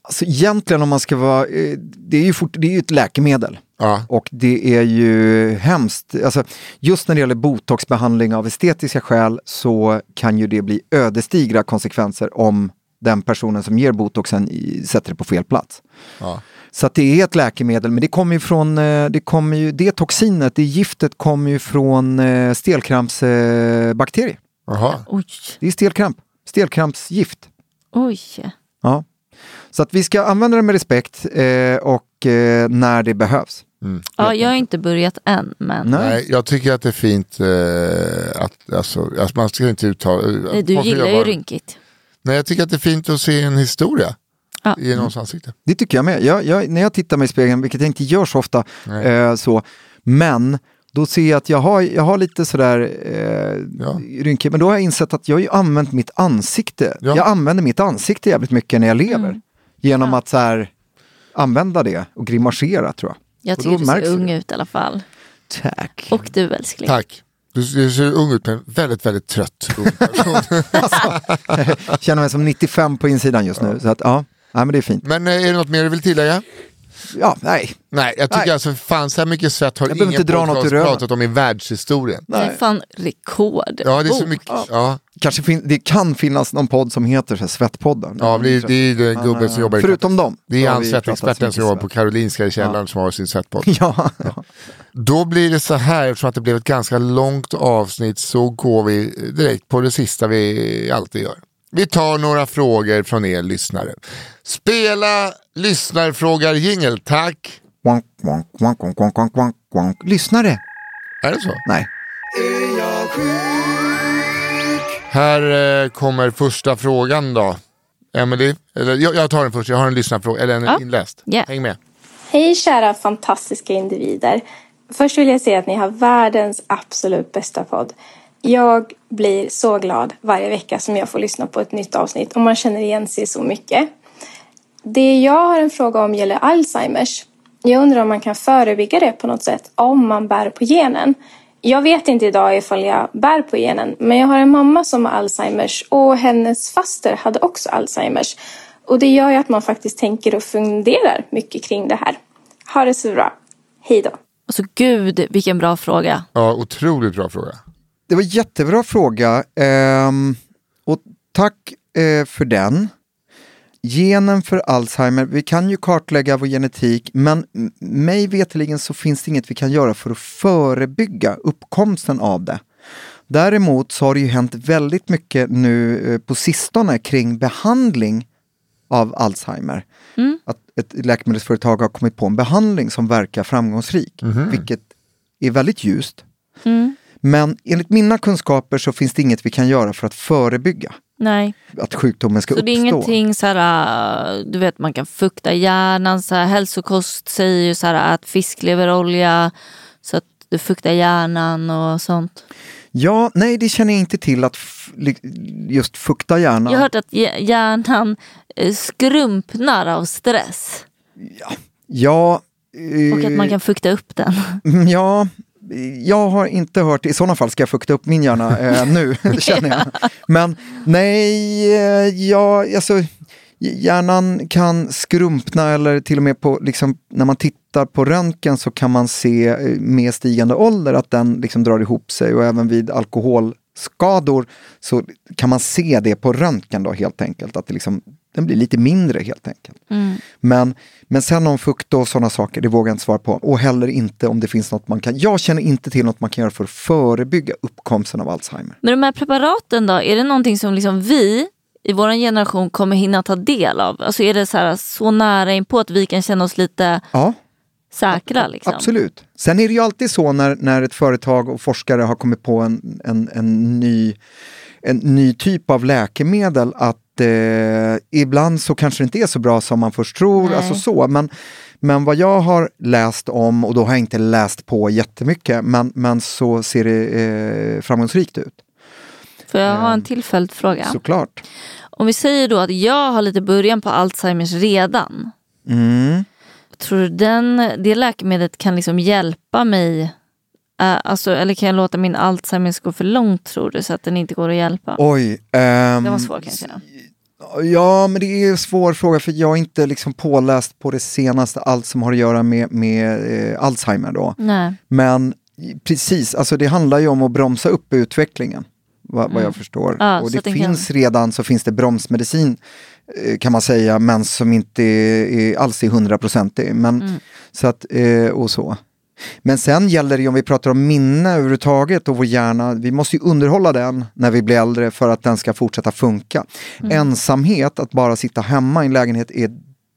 Alltså egentligen om man ska vara, eh, det är ju, fort, det är ju ett läkemedel.
Ja.
Och det är ju hemskt. Alltså, just när det gäller botoxbehandling av estetiska skäl så kan ju det bli ödesdigra konsekvenser om den personen som ger botoxen i, sätter det på fel plats.
Ja.
Så att det är ett läkemedel, men det kommer ju från, eh, det, kommer ju, det toxinet, det giftet kommer ju från eh, stelkrampsbakterier. Det är stelkramp, stelkrampsgift.
Oj.
Ja. Så att vi ska använda det med respekt eh, och eh, när det behövs.
Ja, jag har inte börjat än, men...
Mm. Nej. jag tycker att det är fint eh, att, alltså, att man ska inte uttala... eh,
Nej, du gillar ju rynkigt.
Nej, jag tycker att det är fint att se en historia
Ja. Mm.
i någons ansikte.
Det tycker jag med. Jag, jag, när jag tittar mig i spegeln, vilket jag inte gör så ofta,
Nej.
eh, så, men då ser jag att jag har, jag har lite sådär eh, rynkigt, men då har jag insett att jag har ju använt mitt ansikte.
Ja.
Jag använder mitt ansikte jävligt mycket när jag lever. Genom att så här, använda det och grimasera tror jag.
Jag
Och
tycker
då
du ser
märks det.
ung ut i alla fall.
Tack.
Och du älskling.
Tack. Du, du ser ung ut men väldigt, väldigt
(laughs)
trött. Ung.
Känner mig som 95 på insidan just nu. Så att, ja. Nej, men det är fint.
men eh, är det något mer du vill tillägga?
Ja, nej.
Nej, jag tycker
Nej.
alltså fan så här mycket svett har
Jag behöver
ingen
inte dra något
podcast
ur öronen.
pratat om i världshistorien.
Det är fan rekord.
Ja, det är
Oh,
så
Boom.
mycket. Ja,
Kanske fin- det kan finnas någon podd som heter så här, Svettpodden. Ah.
ja det, är- det är den gubben som jobbar i
Mm. Förutom dem.
Det är
har
han
vi
svettexperten
pratat
som
så
jobbar
mycket
på Karolinska i källaren som har sin
(laughs)
svettpodd.
svett. Ja, ja.
Då blir det så här, eftersom att det blev ett ganska långt avsnitt så går vi direkt på det sista vi alltid gör. Vi tar några frågor från er lyssnare. Spela lyssnarfrågar-jingel, tack.
Quank, quank, quank, quank, quank, quank, quank, quank. Lyssnare?
Är det så?
Nej.
Här eh, kommer första frågan då. Emily, eller jag, jag tar den först, jag har en lyssnarfråga, eller en
Ja.
inläst.
Ja.
Häng med.
Hej kära fantastiska individer. Först vill jag säga att ni har världens absolut bästa podd. Jag blir så glad varje vecka som jag får lyssna på ett nytt avsnitt och man känner igen sig så mycket. Det jag har en fråga om gäller Alzheimers. Jag undrar om man kan förebygga det på något sätt om man bär på genen. Jag vet inte idag ifall jag bär på genen, men jag har en mamma som har Alzheimers och hennes faster hade också Alzheimers. Och det gör ju att man faktiskt tänker och funderar mycket kring det här. Ha det så bra. Hej då.
Alltså gud, vilken bra fråga.
Ja, otroligt bra fråga.
Det var en jättebra fråga. Ehm, och tack eh, för den. Genen för Alzheimer, vi kan ju kartlägga vår genetik, men m- mig veteligen så finns det inget vi kan göra för att förebygga uppkomsten av det. Däremot så har det ju hänt väldigt mycket nu eh, på sistone kring behandling av Alzheimer. Att ett läkemedelsföretag har kommit på en behandling som verkar framgångsrik, vilket är väldigt ljust. Men enligt mina kunskaper så finns det inget vi kan göra för att förebygga
Nej.
att sjukdomen ska
Så
uppstå.
det är ingenting så här, äh, du vet man kan fukta hjärnan. Så här, hälsokost säger ju så här att fiskleverolja så att du fuktar hjärnan och sånt.
Ja, nej det känner jag inte till att f- li- just fukta hjärnan.
Jag har hört att hj- hjärnan eh, skrumpnar av stress
Ja,
och att man
eh,
kan fukta upp den.
mm, ja, eh, jag har inte hört, i sådana fall ska jag fukta upp min hjärna eh, nu, känner jag. Men nej, eh, ja, alltså hjärnan kan skrumpna eller till och med på, liksom, när man tittar på röntgen så kan man se eh, med stigande ålder att den liksom drar ihop sig och även vid alkoholskador så kan man se det på röntgen då helt enkelt, att det liksom, den blir lite mindre helt enkelt. Men, men sen om fukt och sådana saker, det vågar jag inte svara på. Och heller inte om det finns något man kan, jag känner inte till något man kan göra för att förebygga uppkomsten av Alzheimer.
Men de här preparaten då, är det någonting som liksom vi i vår generation kommer hinna ta del av? Alltså är det så, här, så nära inpå att vi kan känna oss lite
Ja.
säkra? Liksom?
Absolut. Sen är det ju alltid så när, när ett företag och forskare har kommit på en, en, en, ny, en ny typ av läkemedel att eh, ibland så kanske det inte är så bra som man först tror.
Nej.
Alltså så, men, men vad jag har läst om, och då har jag inte läst på jättemycket, men, men så ser det eh, framgångsrikt ut.
För jag
Eh,
har en till följdfråga.
Såklart.
Om vi säger då att jag har lite början på Alzheimers redan.
Mm.
Tror du den, det läkemedlet kan liksom hjälpa mig? Eh, alltså, eller kan jag låta min Alzheimers gå för långt tror du så att den inte går att hjälpa?
Oj. ehm,
det var svår kanske. då.
Ja, men det är en svår fråga för jag är inte liksom påläst på det senaste, allt som har att göra med, med eh, Alzheimer. Då.
Nej.
Men i- precis, alltså det handlar ju om att bromsa upp utvecklingen. Vad, vad jag förstår.
Ja,
och
så
det
att den kan-
finns redan så finns det bromsmedicin eh, kan man säga, men som inte är, är, alls är hundraprocentig. Men,
Mm.
så att, eh, och så. Men sen gäller det ju om vi pratar om minne överhuvudtaget och vår hjärna, vi måste ju underhålla den när vi blir äldre för att den ska fortsätta funka.
Mm.
Ensamhet, att bara sitta hemma i en lägenhet är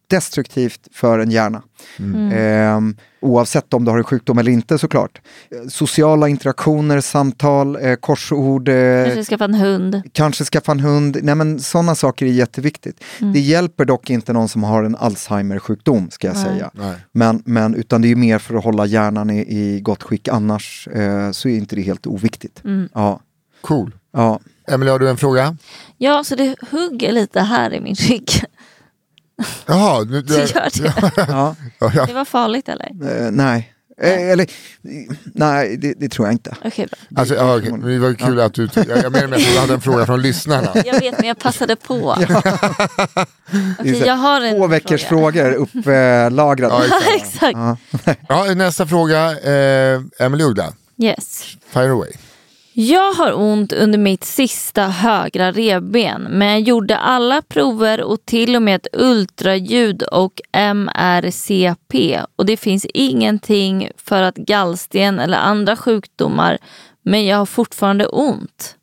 destruktivt för en hjärna.
Mm.
Ehm, oavsett om du har en sjukdom eller inte såklart. Eh, Sociala interaktioner, samtal, eh, korsord. eh,
Kanske skaffa en hund.
kanske skaffa en hund. Nej, men sådana saker är jätteviktigt.
Mm.
Det hjälper dock inte någon som har en Alzheimer-sjukdom, ska jag
Nej.
säga.
Nej.
Men, men, utan det är ju mer för att hålla hjärnan i, i gott skick, annars eh, så är inte det helt oviktigt.
Mm.
Ja.
Cool.
Ja.
Emelie, har du en fråga?
Ja, så det hugger lite här i min
(laughs)
rygg.
Jaha, nu,
Så gör det.
ja.
Det var farligt eller?
Eh, nej. Eh, Eller, eh, nej, det, det tror jag inte.
Okej, bra.
Alltså, ja, okej, men det var kul att du... Jag, jag menar med att du hade en fråga
(laughs)
från lyssnarna.
Jag vet, men jag passade
(laughs)
på.
Det är så här,
jag har en
Två veckors frågor
(laughs)
upplagrade.
Ja, exakt.
Exakt.
Ja.
Ja, nästa fråga, eh, Emelie Uggla.
Yes.
Fire away.
Jag har ont under mitt sista högra revben men jag gjorde alla prover och till och med ett ultraljud och MRCP och det finns ingenting för att gallsten eller andra sjukdomar men jag har fortfarande ont.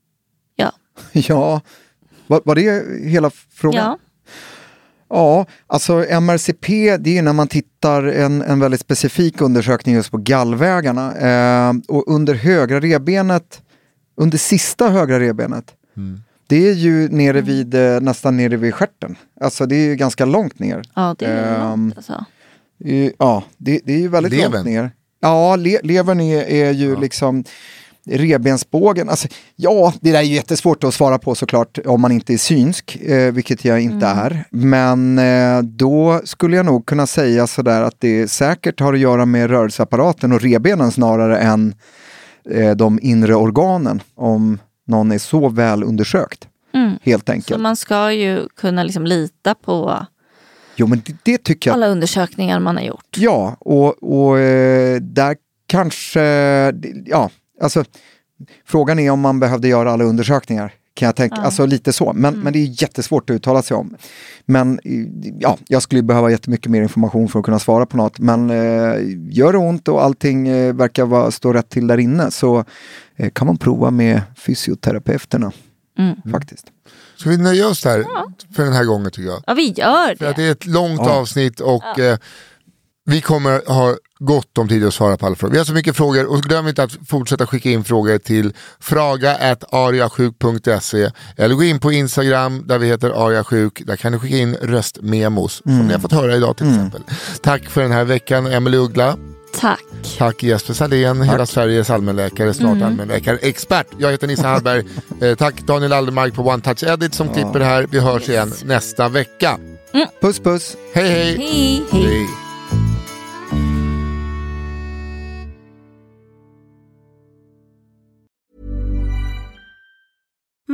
(laughs) Ja, var, var det hela frågan?
Ja.
Ja, alltså MRCP det är ju när man tittar en, en väldigt specifik undersökning just på gallvägarna. Eh, och under högra revbenet, under sista högra revbenet, det är ju nere
Mm.
vid, eh, nästan nere vid stjärten. Alltså det är ju ganska långt ner.
Ja, det är
Ehm,
något alltså.
Eh, Ja, det, det är ju väldigt
Levern.
långt ner. Ja, le, levern är, är ju liksom revbensbågen. Alltså, ja, det där är ju jättesvårt att svara på såklart om man inte är synsk, eh, vilket jag inte
Mm.
är. Men eh, då skulle jag nog kunna säga sådär att det säkert har att göra med rörelseapparaten och revbenen snarare än eh, de inre organen, om någon är så väl undersökt.
Mm.
Helt
Så
enkelt.
man ska ju kunna liksom lita på
Jo, men det, det tycker jag
alla undersökningar man har gjort.
Ja, och, och eh, där kanske... Ja, alltså, frågan är om man behövde göra alla undersökningar. Kan jag tänka.
Ja. Mm.
Alltså lite så, men, men det är jättesvårt att uttala sig om. Men eh, ja, jag skulle behöva jättemycket mer information för att kunna svara på något. Men eh, gör det ont och allting eh, verkar vara, stå rätt till där inne så eh, kan man prova med fysioterapeuterna.
Mm.
Faktiskt.
Ska vi nöja oss där för den här gången tycker jag?
Ja, vi gör
För att
det.
det är ett långt
Ja.
avsnitt och eh, vi kommer ha gott om tid att svara på alla frågor. Vi har så mycket frågor och glöm inte att fortsätta skicka in frågor till fraga.ariasjuk.se eller gå in på Instagram där vi heter ariasjuk. Där kan ni skicka in röstmemos som ni har fått höra idag till exempel. Tack för den här veckan Emelie Uggla.
Tack.
Tack Jesper Sahlén, hela Sveriges allmänläkare, snart allmänläkare, expert. Jag heter Nisse Hallberg. eh, tack Daniel Aldermark på One Touch Edit som klipper det här. Vi hörs igen nästa vecka.
Puss puss!
Hej hej!
Hej, hej.
hej.